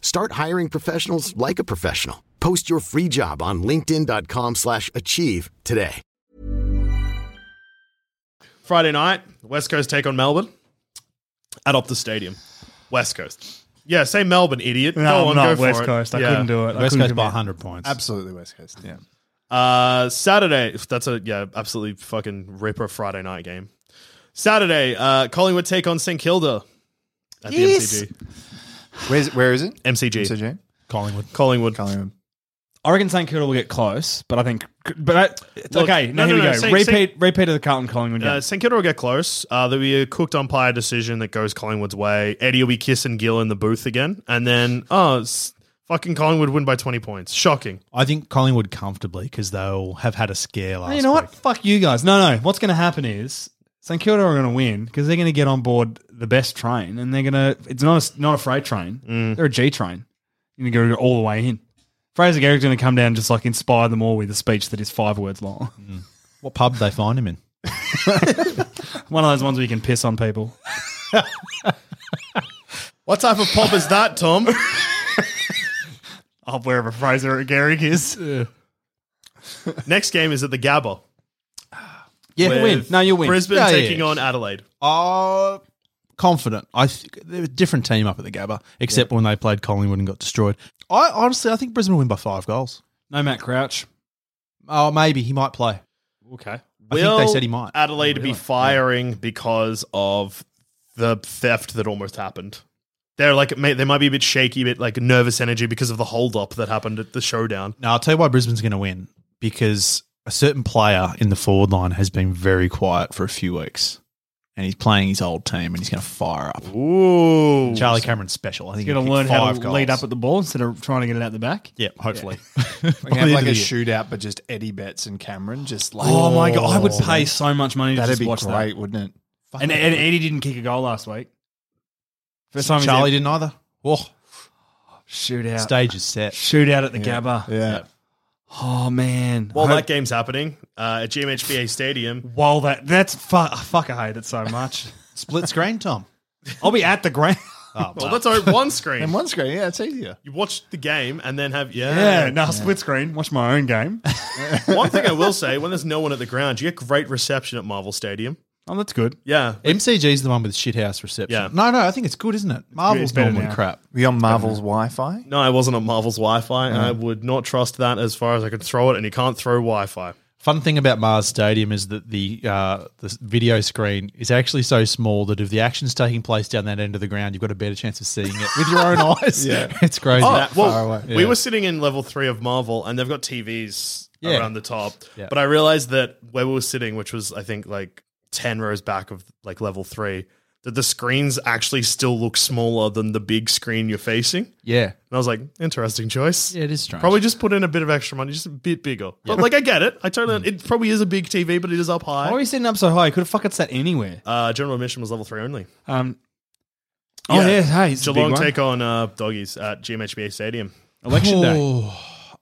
H: Start hiring professionals like a professional. Post your free job on linkedin.com/achieve slash achieve today.
D: Friday night, West Coast take on Melbourne at Optus Stadium. West Coast. Yeah, say Melbourne, idiot.
C: No,
D: go
C: I'm
D: on,
C: not
D: go
C: West
D: for
C: Coast.
D: It.
C: I
D: Yeah.
C: couldn't do it. I
E: West
C: couldn't
E: Coast
C: commit.
E: by 100 points.
F: Absolutely, West Coast. Yeah.
D: Uh, Saturday. That's a yeah, absolutely fucking ripper Friday night game. Saturday, uh, Collingwood take on St Kilda at the
F: Where's where is it?
D: MCG. MCG.
F: MCG.
E: Collingwood.
D: Collingwood.
F: Collingwood.
C: Oregon St Kilda will get close, but I think. But I, it's
D: Look,
C: okay, now
D: no,
C: here
D: no,
C: we
D: no,
C: go.
D: say-
C: repeat, repeat of the Carlton Collingwood game.
D: Uh, St Kilda will get close. Uh, there'll be a cooked umpire decision that goes Collingwood's way. Eddie will be kissing Gill in the booth again, and then oh, s- fucking Collingwood win by twenty points. Shocking.
E: I think Collingwood comfortably because they'll have had a scare last
C: you know
E: week.
C: what? Fuck you guys. No, no. What's going to happen is St Kilda are going to win because they're going to get on board the best train, and they're going to. It's not a, not a freight train. They're a G train. You're going to go all the way in. Fraser Garrick's going to come down and just like inspire them all with a speech that is five words long.
E: What pub did they find him in?
C: One of those ones where you can piss on people.
D: What type of pop is that, Tom?
C: Up wherever Fraser Garrick is.
D: Next game is at the Gabba.
E: Yeah,
D: with
E: win. No, you'll win.
D: Brisbane
E: Yeah, yeah,
D: taking
E: yeah.
D: on Adelaide.
E: Oh, confident. I think they're a different team up at the Gabba, except when they played Collingwood and got destroyed. I honestly, I think Brisbane will win by five goals.
C: No Matt Crouch.
E: Oh, maybe he might play.
C: Okay.
E: I think they said he might.
D: Adelaide
E: Oh,
D: be
E: really?
D: firing because of the theft that almost happened. They're like it may- they might be a bit shaky, a bit like nervous energy because of the hold up that happened at the showdown.
E: No, I'll tell you why Brisbane's going to win because a certain player in the forward line has been very quiet for a few weeks, and he's playing his old team, and he's going to fire up.
D: Ooh,
E: Charlie Cameron's special. I think
C: He's going
E: he'll
C: to
E: kick
C: learn how
E: five
C: to
E: goals.
C: lead up at the ball instead of trying to get it out the back.
E: Yeah, hopefully. By
F: We can
E: the
F: have
E: end
F: like
E: of
F: a
E: the year.
F: shootout, but just Eddie Betts and Cameron, just like
C: Oh, my god! I would pay so much money to
F: That'd
C: just
F: be
C: watch
F: great,
C: that.
F: wouldn't it?
C: And, and Eddie didn't kick a goal last week. First time he's ever-
E: Charlie didn't either. Oh,
C: shootout.
E: stage is set.
C: Shootout at the Gabba.
F: Yeah.
C: Oh man.
D: While
C: I
D: that
C: hope-
D: game's happening uh, at GMHBA Stadium,
C: while that that's fuck, fuck I hate it so much.
E: Split screen, Tom. Oh,
C: I'll be at the ground.
D: well, let's open one
F: And
D: screen.
F: one screen, yeah, it's easier.
D: you watch the game and then have
C: Yeah,
D: yeah.
C: no split screen. Watch my own game.
D: One thing I will say: when there's no one at the ground, you get great reception at Marvel Stadium.
C: Oh, that's good.
D: Yeah,
E: MCG is the one with shithouse reception.
D: Yeah.
E: No, no, I think it's good, isn't it? Marvel's
C: better
E: normally
C: now.
E: crap.
F: We on Marvel's Wi-Fi.
D: no, I wasn't on Marvel's Wi-Fi,
E: Mm.
D: and I would not trust that as far as I could throw it. And you can't throw Wi-Fi.
E: Fun thing about Mars Stadium is that the uh, the video screen is actually so small that if the action's taking place down that end of the ground, you've got a better chance of seeing it with your own eyes.
F: Yeah.
E: it's crazy.
D: Oh,
F: that
D: well,
F: far away.
D: we
E: Yeah.
D: were sitting in level three of Marvel, and they've got TVs
E: Yeah.
D: around the top.
E: Yeah.
D: But I realized that where we were sitting, which was I think like ten rows back of like level three, that the screens actually still look smaller than the big screen you're facing. And
E: yeah,
D: I was like, interesting choice.
E: yeah, it is strange.
D: Probably just put in a bit of extra money, just a bit bigger. But like, I get it. I totally. It probably is a big TV, but it is up
C: Why are
E: Oh,
D: high.
C: you sitting up so high? You could have fucking sat anywhere.
D: Uh, general admission was level three only.
C: Um. Oh yeah, hey, it's a big
D: Geelong
C: one.
D: take on uh, doggies at GMHBA Stadium.
C: election day.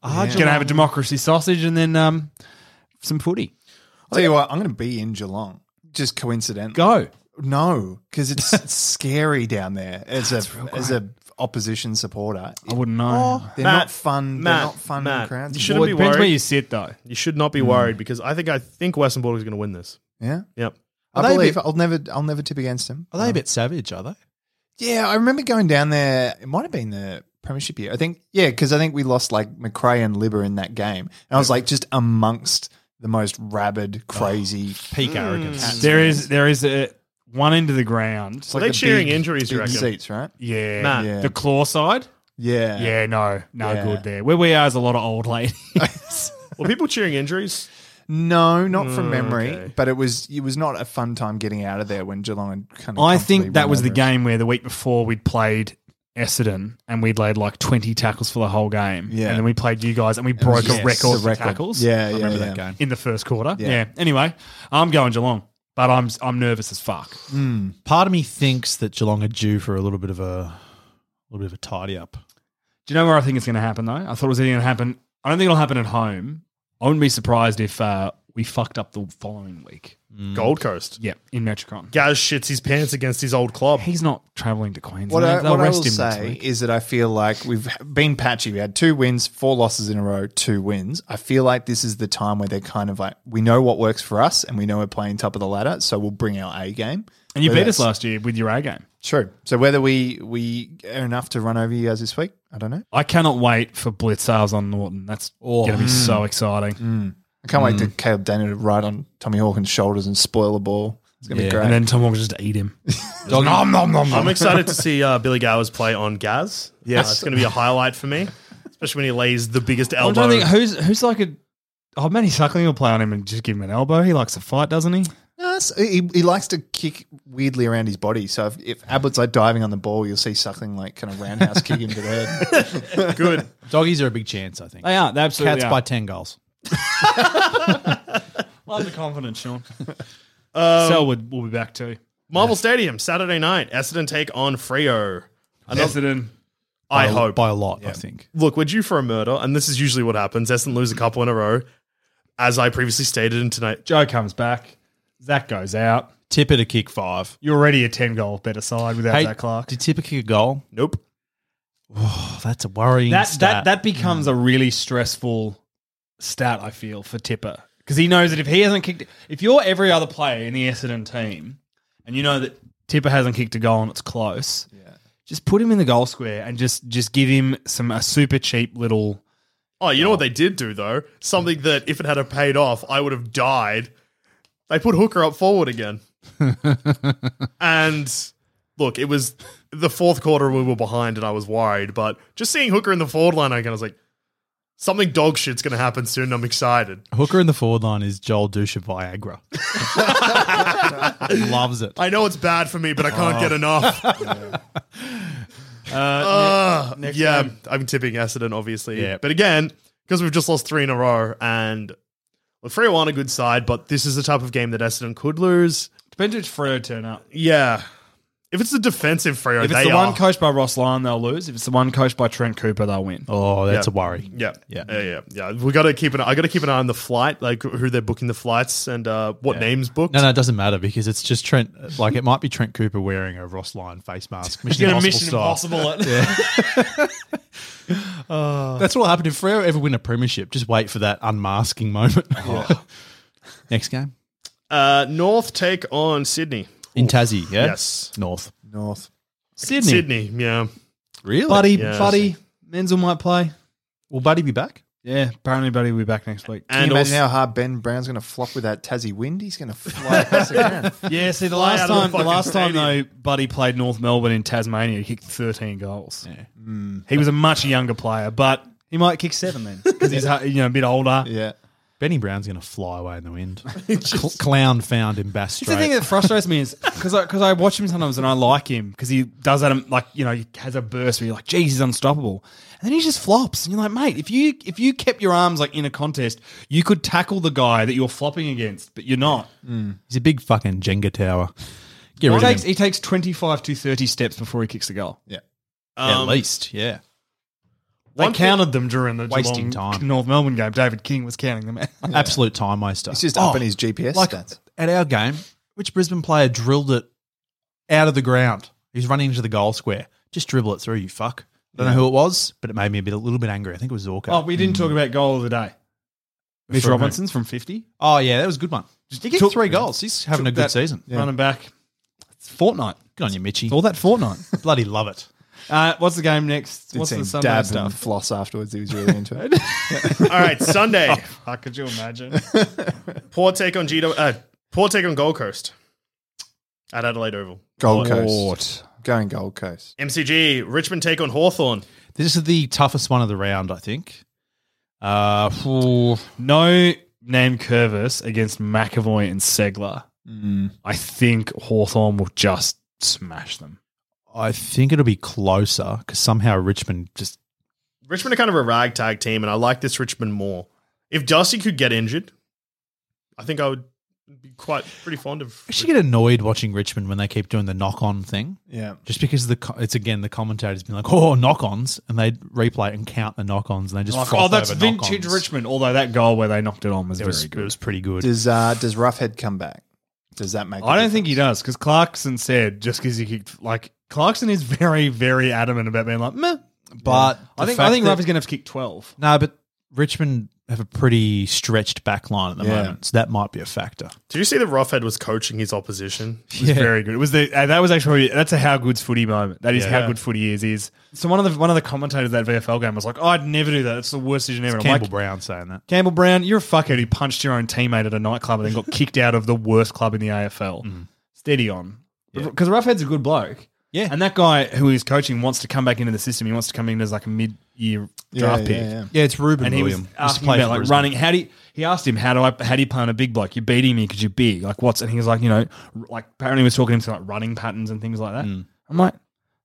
E: Ah,
C: Gonna have a democracy sausage and then um some footy.
F: Tell you what, I'm going to be in Geelong. Just coincidentally.
C: Go.
F: No, because it's it's scary down there as a as a opposition supporter.
C: I wouldn't know.
F: They're
D: Matt,
F: not fun.
D: Matt,
F: they're not fun
D: Matt,
F: crowds.
D: you shouldn't
C: well, it
D: be
C: depends
D: worried.
C: where you sit though.
D: You should not be worried because I think I think Western Bulldogs are going to win this.
F: yeah,
D: Yep.
E: Are
F: I
E: they a
F: believe
E: bit-
F: I'll never I'll never tip against them.
E: Are they a bit savage? Are they?
F: Yeah, I remember going down there. It might have been the premiership year. I think, yeah, because I think we lost like McRae and Libber in that game. And I was like just amongst the most
C: Oh.
F: rabid, crazy.
E: Peak
C: Hmm.
E: arrogance.
C: There is there is a one end of the ground.
D: Are they
F: the
D: cheering
F: big-
D: injuries, you
F: big
D: reckon?
F: seats, right?
C: Yeah.
D: Matt.
F: Yeah.
C: The claw side.
F: Yeah.
C: Yeah, no, no
F: Yeah.
C: good there. Where we are is a lot of old ladies.
D: Were people cheering injuries?
F: No, not
C: Oh,
F: from memory.
D: okay.
F: But it was it was not a fun time getting out of there when Geelong had kind of.
C: I
F: comfortably
C: think that
F: won
C: was the
F: over us.
C: game where the week before we'd played Essendon and we'd laid like 20 tackles for the whole game.
F: Yeah.
C: And then we played you guys and we broke a
F: yes,
C: record
F: the
C: for
F: record.
C: tackles.
F: Yeah, yeah,
E: Remember
F: yeah.
E: that game?
C: In the first quarter. Yeah.
F: Yeah.
C: Anyway, I'm going Geelong, but I'm I'm nervous as fuck.
E: Part of me thinks that Geelong are due for a little bit of a, little bit of a tidy up.
C: Do you know where I think it's going to happen though? I thought it was going to happen. I don't think it'll happen at home. I wouldn't be surprised if uh, we fucked up the following week.
D: Gold Coast.
C: Yeah, in Metricon.
D: Gaz shits his pants against his old club.
C: He's not travelling to Queensland.
F: What, I,
C: They'll
F: what I
C: rest
F: will
C: him next
F: say
C: week.
F: is that I feel like we've been patchy. We had two wins, four losses in a row, two wins. I feel like this is the time where they're kind of like, we know what works for us and we know we're playing top of the ladder, so we'll bring our A game.
C: And you
F: Whether
C: beat us
F: that's-
C: last year with your A game.
F: True. So whether we we are enough to run over you guys this week, I don't know.
C: I cannot wait for blitz sales on Norton. That's going to be so exciting.
F: I can't wait to
C: Mm.
F: Caleb Daniel to ride on Tommy Hawkins' shoulders and spoil the ball. It's going to
E: Yeah.
F: be great.
C: And then Tom will just eat him.
D: I'm excited to see uh, Billy Gowers play on Gaz.
F: Yes.
D: Uh, it's going to be a highlight for me, especially when he lays the biggest
C: I'm
D: elbow.
C: trying to think who's who's like a. Oh, Manny Suckling will play on him and just give him an elbow. He likes to fight, doesn't he?
F: No, it's- he, he likes to kick weirdly around his body. So if, if Abbott's like diving on the ball, you'll see Suckling like kind of roundhouse kick him to the head.
D: Good.
E: Doggies are a big chance, I think.
C: They are. They absolutely
E: Cats by ten goals.
C: Love the confidence, Sean. Um, Selwood will be back too.
D: Marvel Stadium, Saturday night. Essendon take on Frio.
C: Essendon.
D: I
E: By a-
D: hope.
E: by a lot. I think.
D: Look, we're due for a murder, and this is usually what happens. Essendon lose a couple in a row. As I previously stated in tonight,
C: Joe comes back. Zach goes out.
E: Tipper to kick five.
C: You're already a 10 goal better side without Zach Clark.
E: Did Tipper kick a goal?
D: nope.
E: Oh, that's a worrying
C: that,
E: stat. Hmm.
C: that that becomes a really stressful stat. I feel for Tipper because he knows that if he hasn't kicked, if you're every other player in the Essendon team, and you know that Tipper hasn't kicked a goal and it's close, just put him in the goal square and just just give him some a super cheap little.
D: Oh, you know what they did do though? Something that if it had have paid off, I would have died. They put Hooker up forward again. and look, it was the fourth quarter we were behind and I was worried, but just seeing Hooker in the forward line again, I was like, something dog shit's gonna happen soon. I'm excited.
E: hooker in the forward line is Joel Dusha Viagra. Loves it.
D: I know it's bad for me, but I can't
C: Oh.
D: get enough. Uh, yeah, I'm tipping Essendon, obviously.
E: Yeah.
D: But again, because we've just lost three in a row, and well, Freo aren't a good side, but this is the type of game that Essendon could lose.
C: Depends if Freo turn up.
D: Yeah. If it's the defensive Freo,
C: If it's
D: they
C: the
D: are.
C: one coached by Ross Lyon, they'll lose. If it's the one coached by Trent Cooper, they'll win.
E: Oh, that's
D: Yeah.
E: a worry.
D: yeah.
E: Yeah.
D: yeah, yeah, yeah. We gotta keep an. I gotta keep an eye on the flight, like who they're booking the flights and uh, what names booked.
E: No, no, it doesn't matter because it's just Trent. Like it might be Trent Cooper wearing a Ross Lyon face mask. Mission
C: Get a
E: Impossible
C: Mission
E: style.
C: Impossible. at-
E: That's what happened if Freo ever win a premiership. Just wait for that unmasking moment. Oh. Next game
D: Uh, North take on Sydney.
E: in Tassie. Yeah?
D: Yes,
E: North.
F: North.
C: Sydney.
D: Sydney. Yeah,
E: Really,
C: Buddy,
D: Yeah.
C: Buddy, Menzel might play.
E: Will Buddy be back?
C: Yeah, apparently Buddy will be back next week.
F: Can
D: and
F: you imagine
D: also-
F: how hard Ben Brown's going to flop with that Tassie wind? He's going to fly across the ground.
C: Yeah, see, the
D: Fly
C: last
D: out of the
C: time, the,
D: fucking
C: last time though, Buddy played North Melbourne in Tasmania, he kicked thirteen goals.
E: Mm.
C: He was a much younger player, but he might kick seven then because he's uh, you know a bit older.
F: Yeah.
E: Benny Brown's going to fly away in the wind. Cl- clown found in Bass
C: It's the thing
E: Strait.
C: that frustrates me is because I, 'cause I watch him sometimes and I like him because he does that um, like you know he has a burst where you're like geez he's unstoppable and then he just flops and you're like mate if you if you kept your arms like in a contest you could tackle the guy that you're flopping against but you're not
E: He's a big fucking Jenga tower. Get
C: he
E: rid of
C: takes
E: him.
C: he takes 25 to 30 steps before he kicks the goal Um,
F: Yeah.
E: At least, yeah.
C: They
D: Um, One thing-
C: counted them during the
E: Wasting
C: Geelong
E: time.
C: North Melbourne game. David King was counting them.
E: Absolute time waster.
F: He's just
E: Oh,
F: upping his GPS
E: like
F: stats.
E: at our game, which Brisbane player drilled it out of the ground? He's running into the goal square. Just dribble it through, you fuck. I don't know who it was, but it made me a bit a little bit angry. I think it was Zorka.
C: oh, we didn't talk about goal of the day. Mitch
E: From who?
C: Robinson's from 50.
E: Oh, yeah, that was a good one. he kicked
C: took-
E: three goals. He's having a
C: Took
E: good
C: that
E: season.
C: Running back. It's Fortnite.
E: Good on you, Mitchy.
C: It's all that Fortnite.
E: Bloody love it.
C: uh, what's the game next?
F: Did
C: what's
F: see
C: the
F: him
C: Sunday
F: dab and
C: stuff?
F: floss afterwards. He was really into it.
D: All right, Sunday.
C: Oh, could you imagine?
D: Poor take on Gito. Uh, poor take on Gold Coast at Adelaide Oval.
F: Gold Coast. Going Gold Coast.
D: MCG Richmond take on Hawthorn.
E: This is the toughest one of the round, I think. Uh, phew.
C: No name Curvis against McAvoy and Segler. I think Hawthorn will just smash them.
E: I think it'll be closer because somehow Richmond just
D: Richmond are kind of a ragtag team, and I like this Richmond more. If Darcy could get injured, I think I would be quite pretty fond of.
E: I actually get annoyed watching Richmond when they keep doing the knock on thing.
F: Yeah.
E: Just because the co- it's again the commentators been like, oh knock ons, and they replay and count the knock ons, and they just
C: Like,
E: froth
C: oh, that's
E: over
C: vintage
E: knock-ons.
C: Richmond. Although that goal where they knocked it on was
E: It
C: very
E: was, it
C: good.
E: was pretty good.
F: Does uh, does Roughhead come back? Does that make? a
C: I don't think he
F: difference?
C: does because Clarkson said just because he kicked like Clarkson is very very adamant about being like meh.
E: But
C: I
E: the
C: think I
E: fact
C: think
E: that-
C: Ruff is going to have to kick twelve.
E: No, but Richmond have a pretty stretched back line at the
F: Yeah.
E: moment, so that might be a factor.
D: Did you see that Roughhead was coaching his opposition?
C: It was very good. It was the uh, that was actually that's a how good's footy moment. That is how
D: Yeah.
C: good footy is. Is so one of the one of the commentators of that VFL game was like, oh, I'd never do that. It's the worst decision ever. I'm
E: Campbell
C: like,
E: Brown saying that.
C: Campbell Brown, you're a fuckhead who punched your own teammate at a nightclub and then got kicked out of the worst club in the AFL. Steady on. Because Roughhead's a good bloke.
E: Yeah.
C: And that guy who is coaching wants to come back into the system. He wants to come in as like a mid year draft
F: yeah,
C: pick.
F: yeah.
E: Yeah, it's Ruben
C: And he was
E: William.
C: asking about like running. How do you, he asked him how do I how do you punt a big bloke? You're beating me because you're big. Like what's and he was like you know r- like apparently he was talking to him to like running patterns and things like that.
E: Hmm.
C: I'm like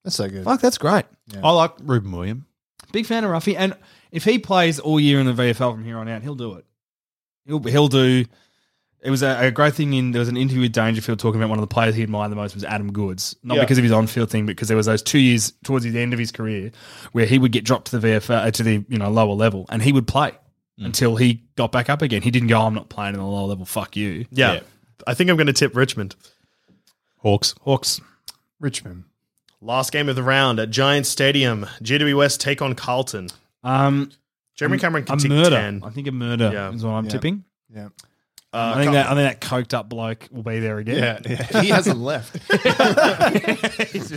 F: That's so good.
C: fuck, that's great.
E: I like Ruben William.
C: Big fan of Ruffy, and if he plays all year in the VFL from here on out, he'll do it. He'll he'll do. It was a, a great thing. In there was an interview with Dangerfield talking about one of the players he admired the most was Adam Goods, not
D: Yeah.
C: because of his on-field thing, but because there was those two years towards the end of his career where he would get dropped to the VFL uh, to the you know lower level, and he would play
E: Mm.
C: until he got back up again. He didn't go. I'm not playing in the lower level. Fuck you.
D: Yeah. I think I'm going to tip Richmond.
E: Hawks.
C: Hawks.
F: Richmond.
D: Last game of the round at Giants Stadium. GW West take on Carlton.
C: Um,
D: Jeremy Cameron
C: a
D: can tick
C: murder.
D: 10.
C: I think a murder
D: Yeah.
C: is what I'm
F: Yeah.
C: tipping.
F: Yeah.
D: Uh,
C: I think
D: Car-
C: that I think that coked up bloke will be there again.
F: Yeah. yeah. he hasn't left.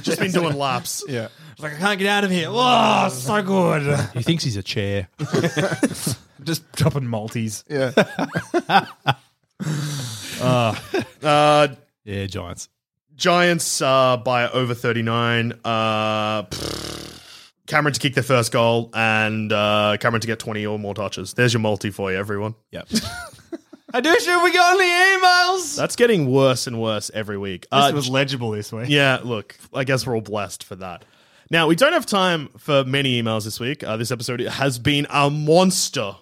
D: just been doing laps.
F: Yeah.
C: It's like I can't get out of here. Oh, so good.
E: He thinks he's a chair.
C: Just dropping Maltese.
F: Yeah.
D: Uh,
E: yeah, Giants.
D: Giants uh, by over 39. Uh, pfft. Cameron to kick their first goal and uh, Cameron to get 20 or more touches. There's your multi for you, everyone.
E: Yep.
C: I do sure we got any emails.
D: That's getting worse and worse every week.
C: this
D: Uh,
C: was legible this week.
D: Yeah, look, I guess we're all blessed for that. Now, we don't have time for many emails this week. Uh, this episode has been a monster.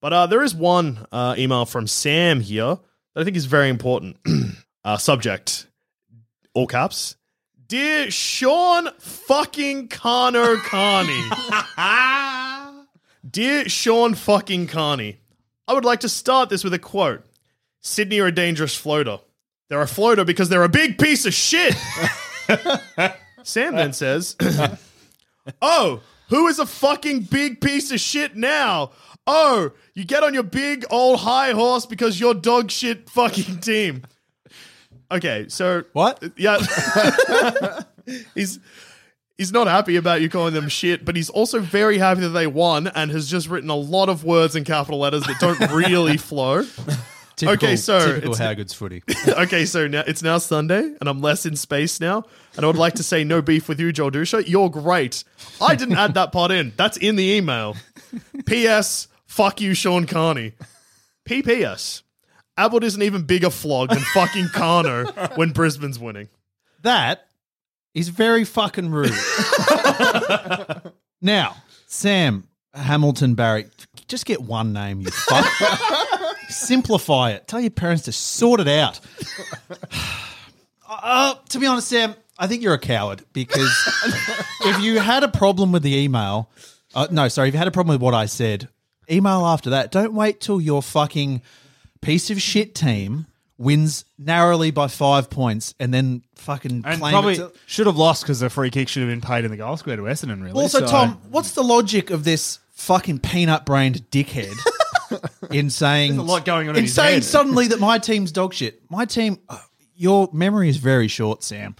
D: But uh, there is one uh, email from Sam here that I think is very important. uh, subject, all caps. Dear Sean fucking Cano Carney. Dear Sean fucking Carney, I would like to start this with a quote. Sydney are a dangerous floater. They're a floater because they're a big piece of shit. Sam then says, Oh, who is a fucking big piece of shit now? Oh, you get on your big old high horse because you're dog shit fucking team. Okay, so
E: What?
D: Yeah, he's he's not happy about you calling them shit, but he's also very happy that they won and has just written a lot of words in capital letters that don't really flow.
E: Typical,
D: Okay, so
E: typical
D: it's-
E: how good's footy.
D: okay, so now it's now Sunday, and I'm less in space now. And I would like to say no beef with you, Joel Dusha. You're great. I didn't add that part in. That's in the email. P.S. Fuck you, Sean Carney. P.P.S. Abbott isn't even bigger flog than fucking Carno when Brisbane's winning.
E: That is very fucking rude. now, Sam Hamilton Barry, just get one name, you fuck. Simplify it. Tell your parents to sort it out. Uh, to be honest, Sam, I think you're a coward because if you had a problem with the email, uh, no, sorry, if you had a problem with what I said, email after that. Don't wait till your fucking piece of shit team wins narrowly by five points and then fucking
C: And
E: claim
C: probably
E: it's a-
C: should have lost because the free kick should have been paid in the goal square to Essendon, really.
E: also,
C: So-
E: Tom, what's the logic of this fucking peanut brained dickhead in saying
C: There's a lot going on in
E: in
C: his
E: saying
C: head.
E: suddenly that my team's dog shit? My team, uh, your memory is very short, Sam.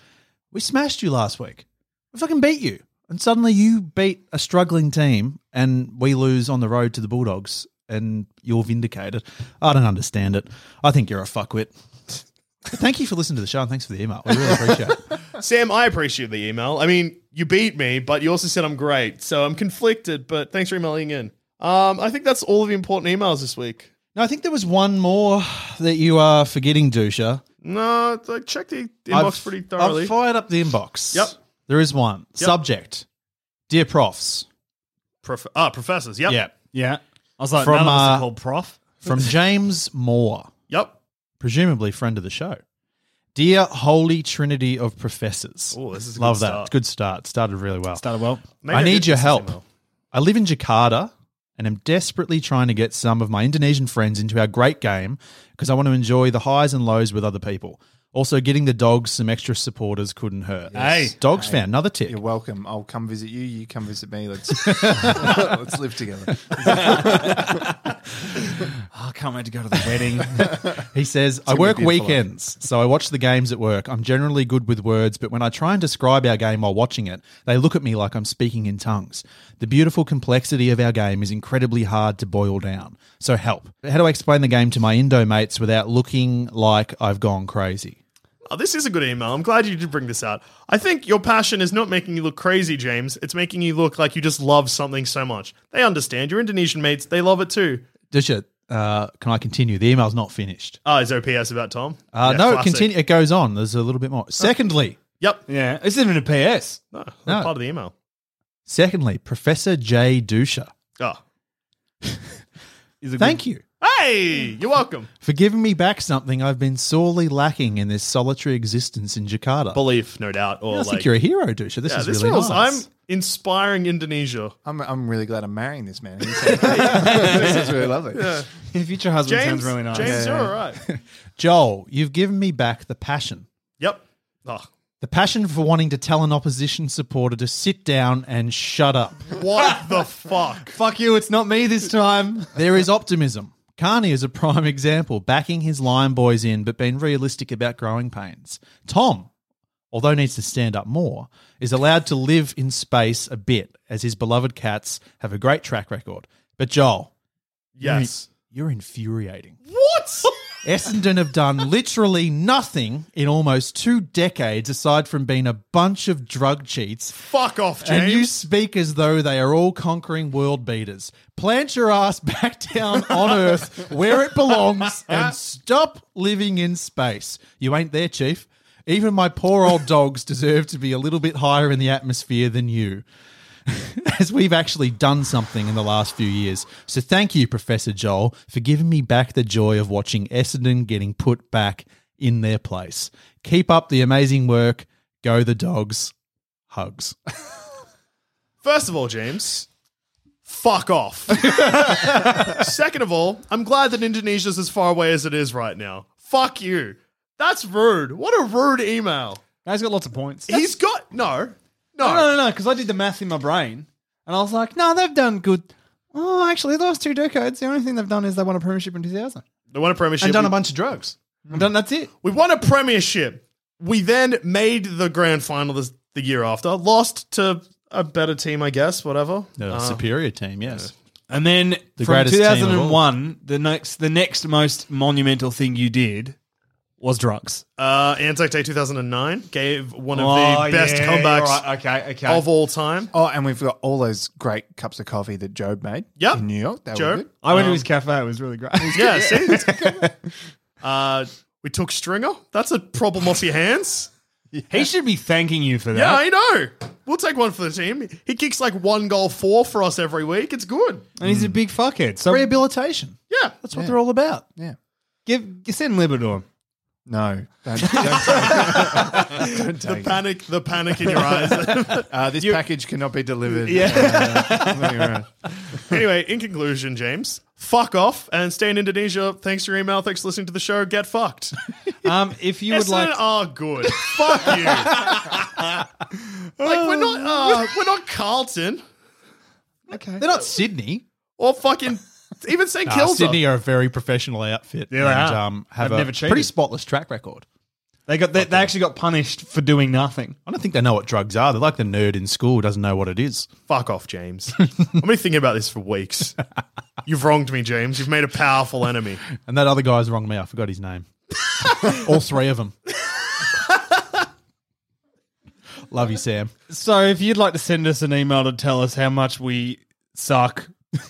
E: We smashed you last week. We fucking beat you, and suddenly you beat a struggling team, and we lose on the road to the Bulldogs, and you're vindicated. I don't understand it. I think you're a fuckwit. But thank you for listening to the show and thanks for the email. We really appreciate it.
D: Sam, I appreciate the email. I mean, you beat me, but you also said I'm great. So I'm conflicted, but thanks for emailing in. Um, I think that's all of the important emails this week.
E: No, I think there was one more that you are forgetting, Dusha.
D: No, I checked the inbox
E: I've-
D: pretty thoroughly.
E: I've fired up the inbox.
D: Yep.
E: There is one.
D: Yep.
E: Subject. Dear profs.
D: Prof- ah, professors. Yep.
E: Yeah.
C: Yeah. I was like,
E: From,
C: none of us are
E: uh,
C: called prof.
E: From James Moore,
D: Yep.
E: presumably friend of the show. Dear Holy Trinity of Professors.
D: Oh, this is a
E: Love
D: good
E: that.
D: start.
E: Good start. Started really well.
C: Started well.
D: Maybe
E: I
D: did
E: need your
D: miss this
E: help.
D: email.
E: I live in Jakarta and am desperately trying to get some of my Indonesian friends into our great game because I want to enjoy the highs and lows with other people. Also, getting the dogs some extra supporters couldn't hurt.
C: Yes. Hey.
E: dogs found another tick.
F: You're welcome. I'll come visit you. You come visit me. Let's let's live together.
C: Oh, I can't wait to go to the wedding.
E: He says, I
F: gonna
E: work
F: be beautiful,
E: weekends, so I watch the games at work. I'm generally good with words, but when I try and describe our game while watching it, they look at me like I'm speaking in tongues. The beautiful complexity of our game is incredibly hard to boil down. So help. How do I explain the game to my Indo mates without looking like I've gone crazy?
D: Oh, this is a good email. I'm glad you did bring this out. I think your passion is not making you look crazy, James. It's making you look like you just love something so much. They understand. Your Indonesian mates, they love it too.
E: Disha, uh, can I continue? The email's not finished.
D: Ah, is there a PS about Tom?
E: Uh,
D: Yeah,
E: no, it
D: classic.
E: continue. It goes on. There's a little bit more. Secondly,
D: Yep.
C: yeah. It's even a PS.
D: No, that's
E: No.
D: part of the email.
E: secondly, Professor J. Dusha,
D: Oh.
C: Is a
E: thank you
D: Hey, you're welcome.
E: for giving me back something I've been sorely lacking in this solitary existence in Jakarta.
D: Belief, no doubt. Or
E: I
D: like,
E: think you're a hero, Dusha. This
D: yeah,
E: is
D: this
E: really
D: feels-
E: nice.
D: I'm inspiring Indonesia.
F: I'm I'm really glad I'm marrying this man. He's this is really lovely.
C: Your future husband
D: James,
C: sounds really nice.
D: James,
F: Yeah.
D: you're all right.
E: Joel, you've given me back the passion.
D: yep. Oh,
E: The passion for wanting to tell an opposition supporter to sit down and shut up.
D: what the fuck?
C: Fuck you, it's not me this time.
E: There is optimism. Carney is a prime example, backing his Lion Boys in, but being realistic about growing pains. Tom, although needs to stand up more, is allowed to live in space a bit, as his beloved cats have a great track record. But Joel,
D: Yes.
E: you're infuriating.
D: What?
E: Essendon have done literally nothing in almost two decades aside from being a bunch of drug cheats
D: fuck off, James.
E: and you speak as though they are all conquering world beaters. Plant your ass back down on Earth where it belongs and stop living in space. You ain't there, Chief. Even my poor old dogs deserve to be a little bit higher in the atmosphere than you, as we've actually done something in the last few years. So thank you, Professor Joel, for giving me back the joy of watching Essendon getting put back in their place. Keep up the amazing work. Go the dogs. Hugs.
D: First of all, James, fuck off. Second of all, I'm glad that Indonesia's as far away as it is right now. Fuck you. That's rude. What a rude email.
C: Guy's got lots of points.
D: He's got no.
C: no,
D: No.
C: no, no, because I did the math in my brain and I was like, no, they've done good. Oh, actually, the last two decades, the only thing they've done is they won a premiership in 2000
D: They won a premiership.
C: and done
D: we,
C: a bunch of drugs. And done, that's it.
D: we won a premiership. We then made the grand final this, the year after. Lost to a better team, I guess, whatever.
E: No,
D: Uh,
E: superior team, yes.
C: And then
E: The
C: from
E: greatest team of all.
C: 2001, the next, the next most monumental thing you did was drugs.
D: uh, Anzac Day 2009 gave one of
C: Oh,
D: the best
C: yeah,
D: comebacks
C: alright, okay, okay.
D: of all time.
F: Oh, and we've got all those great cups of coffee that Job made
D: Yep.
F: in New York. That
D: Job.
F: were good.
C: I went
D: Um,
C: to his cafe. It was really great.
D: Yeah, see? uh, we took Stringer. That's a problem off your hands.
C: He should be thanking you for that.
D: Yeah, I know. We'll take one for the team. He kicks like one goal four for us every week. It's good.
C: and he's a big fuckhead. So
E: Rehabilitation.
D: Yeah.
E: That's what they're all about.
F: Yeah.
C: give, send Libba to him.
F: No. Don't, don't take it.
D: The
F: Don't take it.
D: panic, the panic in your eyes.
F: Uh, this package cannot be delivered.
D: Yeah. anyway, in conclusion, James, fuck off and stay in Indonesia. Thanks for your email. Thanks for listening to the show. Get fucked.
C: Um, if you would
D: Essendon
C: like,
D: are good. fuck you. like we're not, uh, we're not Carlton
E: They're not Sydney.
D: or fucking even St
E: Nah,
D: Kilda.
E: Ah, Sydney are a very professional outfit.
C: Yeah, they
E: and,
C: are.
E: Um, have
C: They've
E: a
C: never cheated.
E: pretty spotless track record.
C: they got they, they actually got punished for doing nothing.
E: I don't think they know what drugs are. They're like the nerd in school who doesn't know what it is.
D: Fuck off, James. I've been thinking about this for weeks. You've wronged me, James. You've made a powerful enemy.
E: And that other guy's wrong me. I forgot his name. All three of them. Love you, Sam.
C: So if you'd like to send us an email to tell us how much we suck,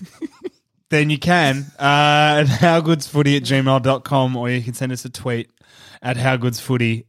C: then you can uh, at howgoodsfooty at gmail.com or you can send us a tweet at howgoodsfooty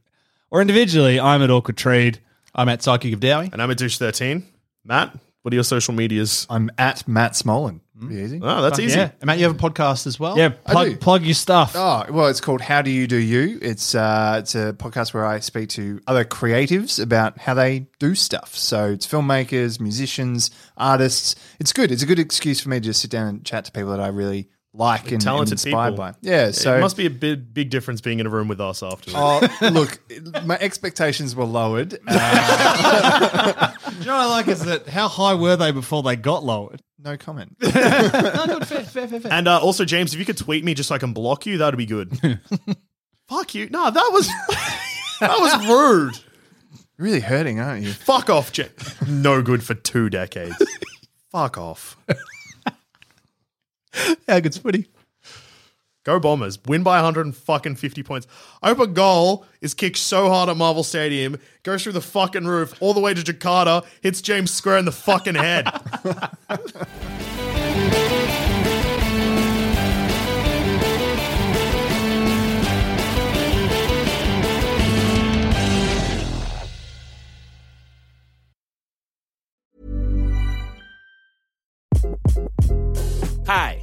C: or individually. I'm at Orchid Trade.
E: I'm at Psychic of Dowie.
D: And I'm at Dish 13. Matt, what are your social medias?
F: I'm at Matt Smolin. Pretty easy.
D: Oh, that's easy.
C: Yeah.
E: And Matt, you have a podcast as well?
C: Yeah,
F: I do.
C: plug, plug your stuff.
F: Oh, well, it's called How Do You Do You? It's uh, it's a podcast where I speak to other creatives about how they do stuff. So it's filmmakers, musicians, artists. It's good. It's a good excuse for me to just sit down and chat to people that I really like and, and
D: Talented
F: inspired
D: people.
F: by. Yeah, so
D: it must be a big, big difference being in a room with us afterwards.
F: Oh, look, my expectations were lowered. Uh,
C: you know what I like is that how high were they before they got lowered?
F: no comment.
D: And uh, also, James, if you could tweet me just so I can block you, that'd be good. Fuck you. No, that was that was rude.
F: Really hurting, aren't you?
D: Fuck off, James. No good for two decades. Fuck off.
E: How good's footy?
D: Go Bombers. Win by 150 points. I hope a goal is kicked so hard at Marvel Stadium, goes through the fucking roof, all the way to Jakarta, hits James Square in the fucking head.
I: Hi,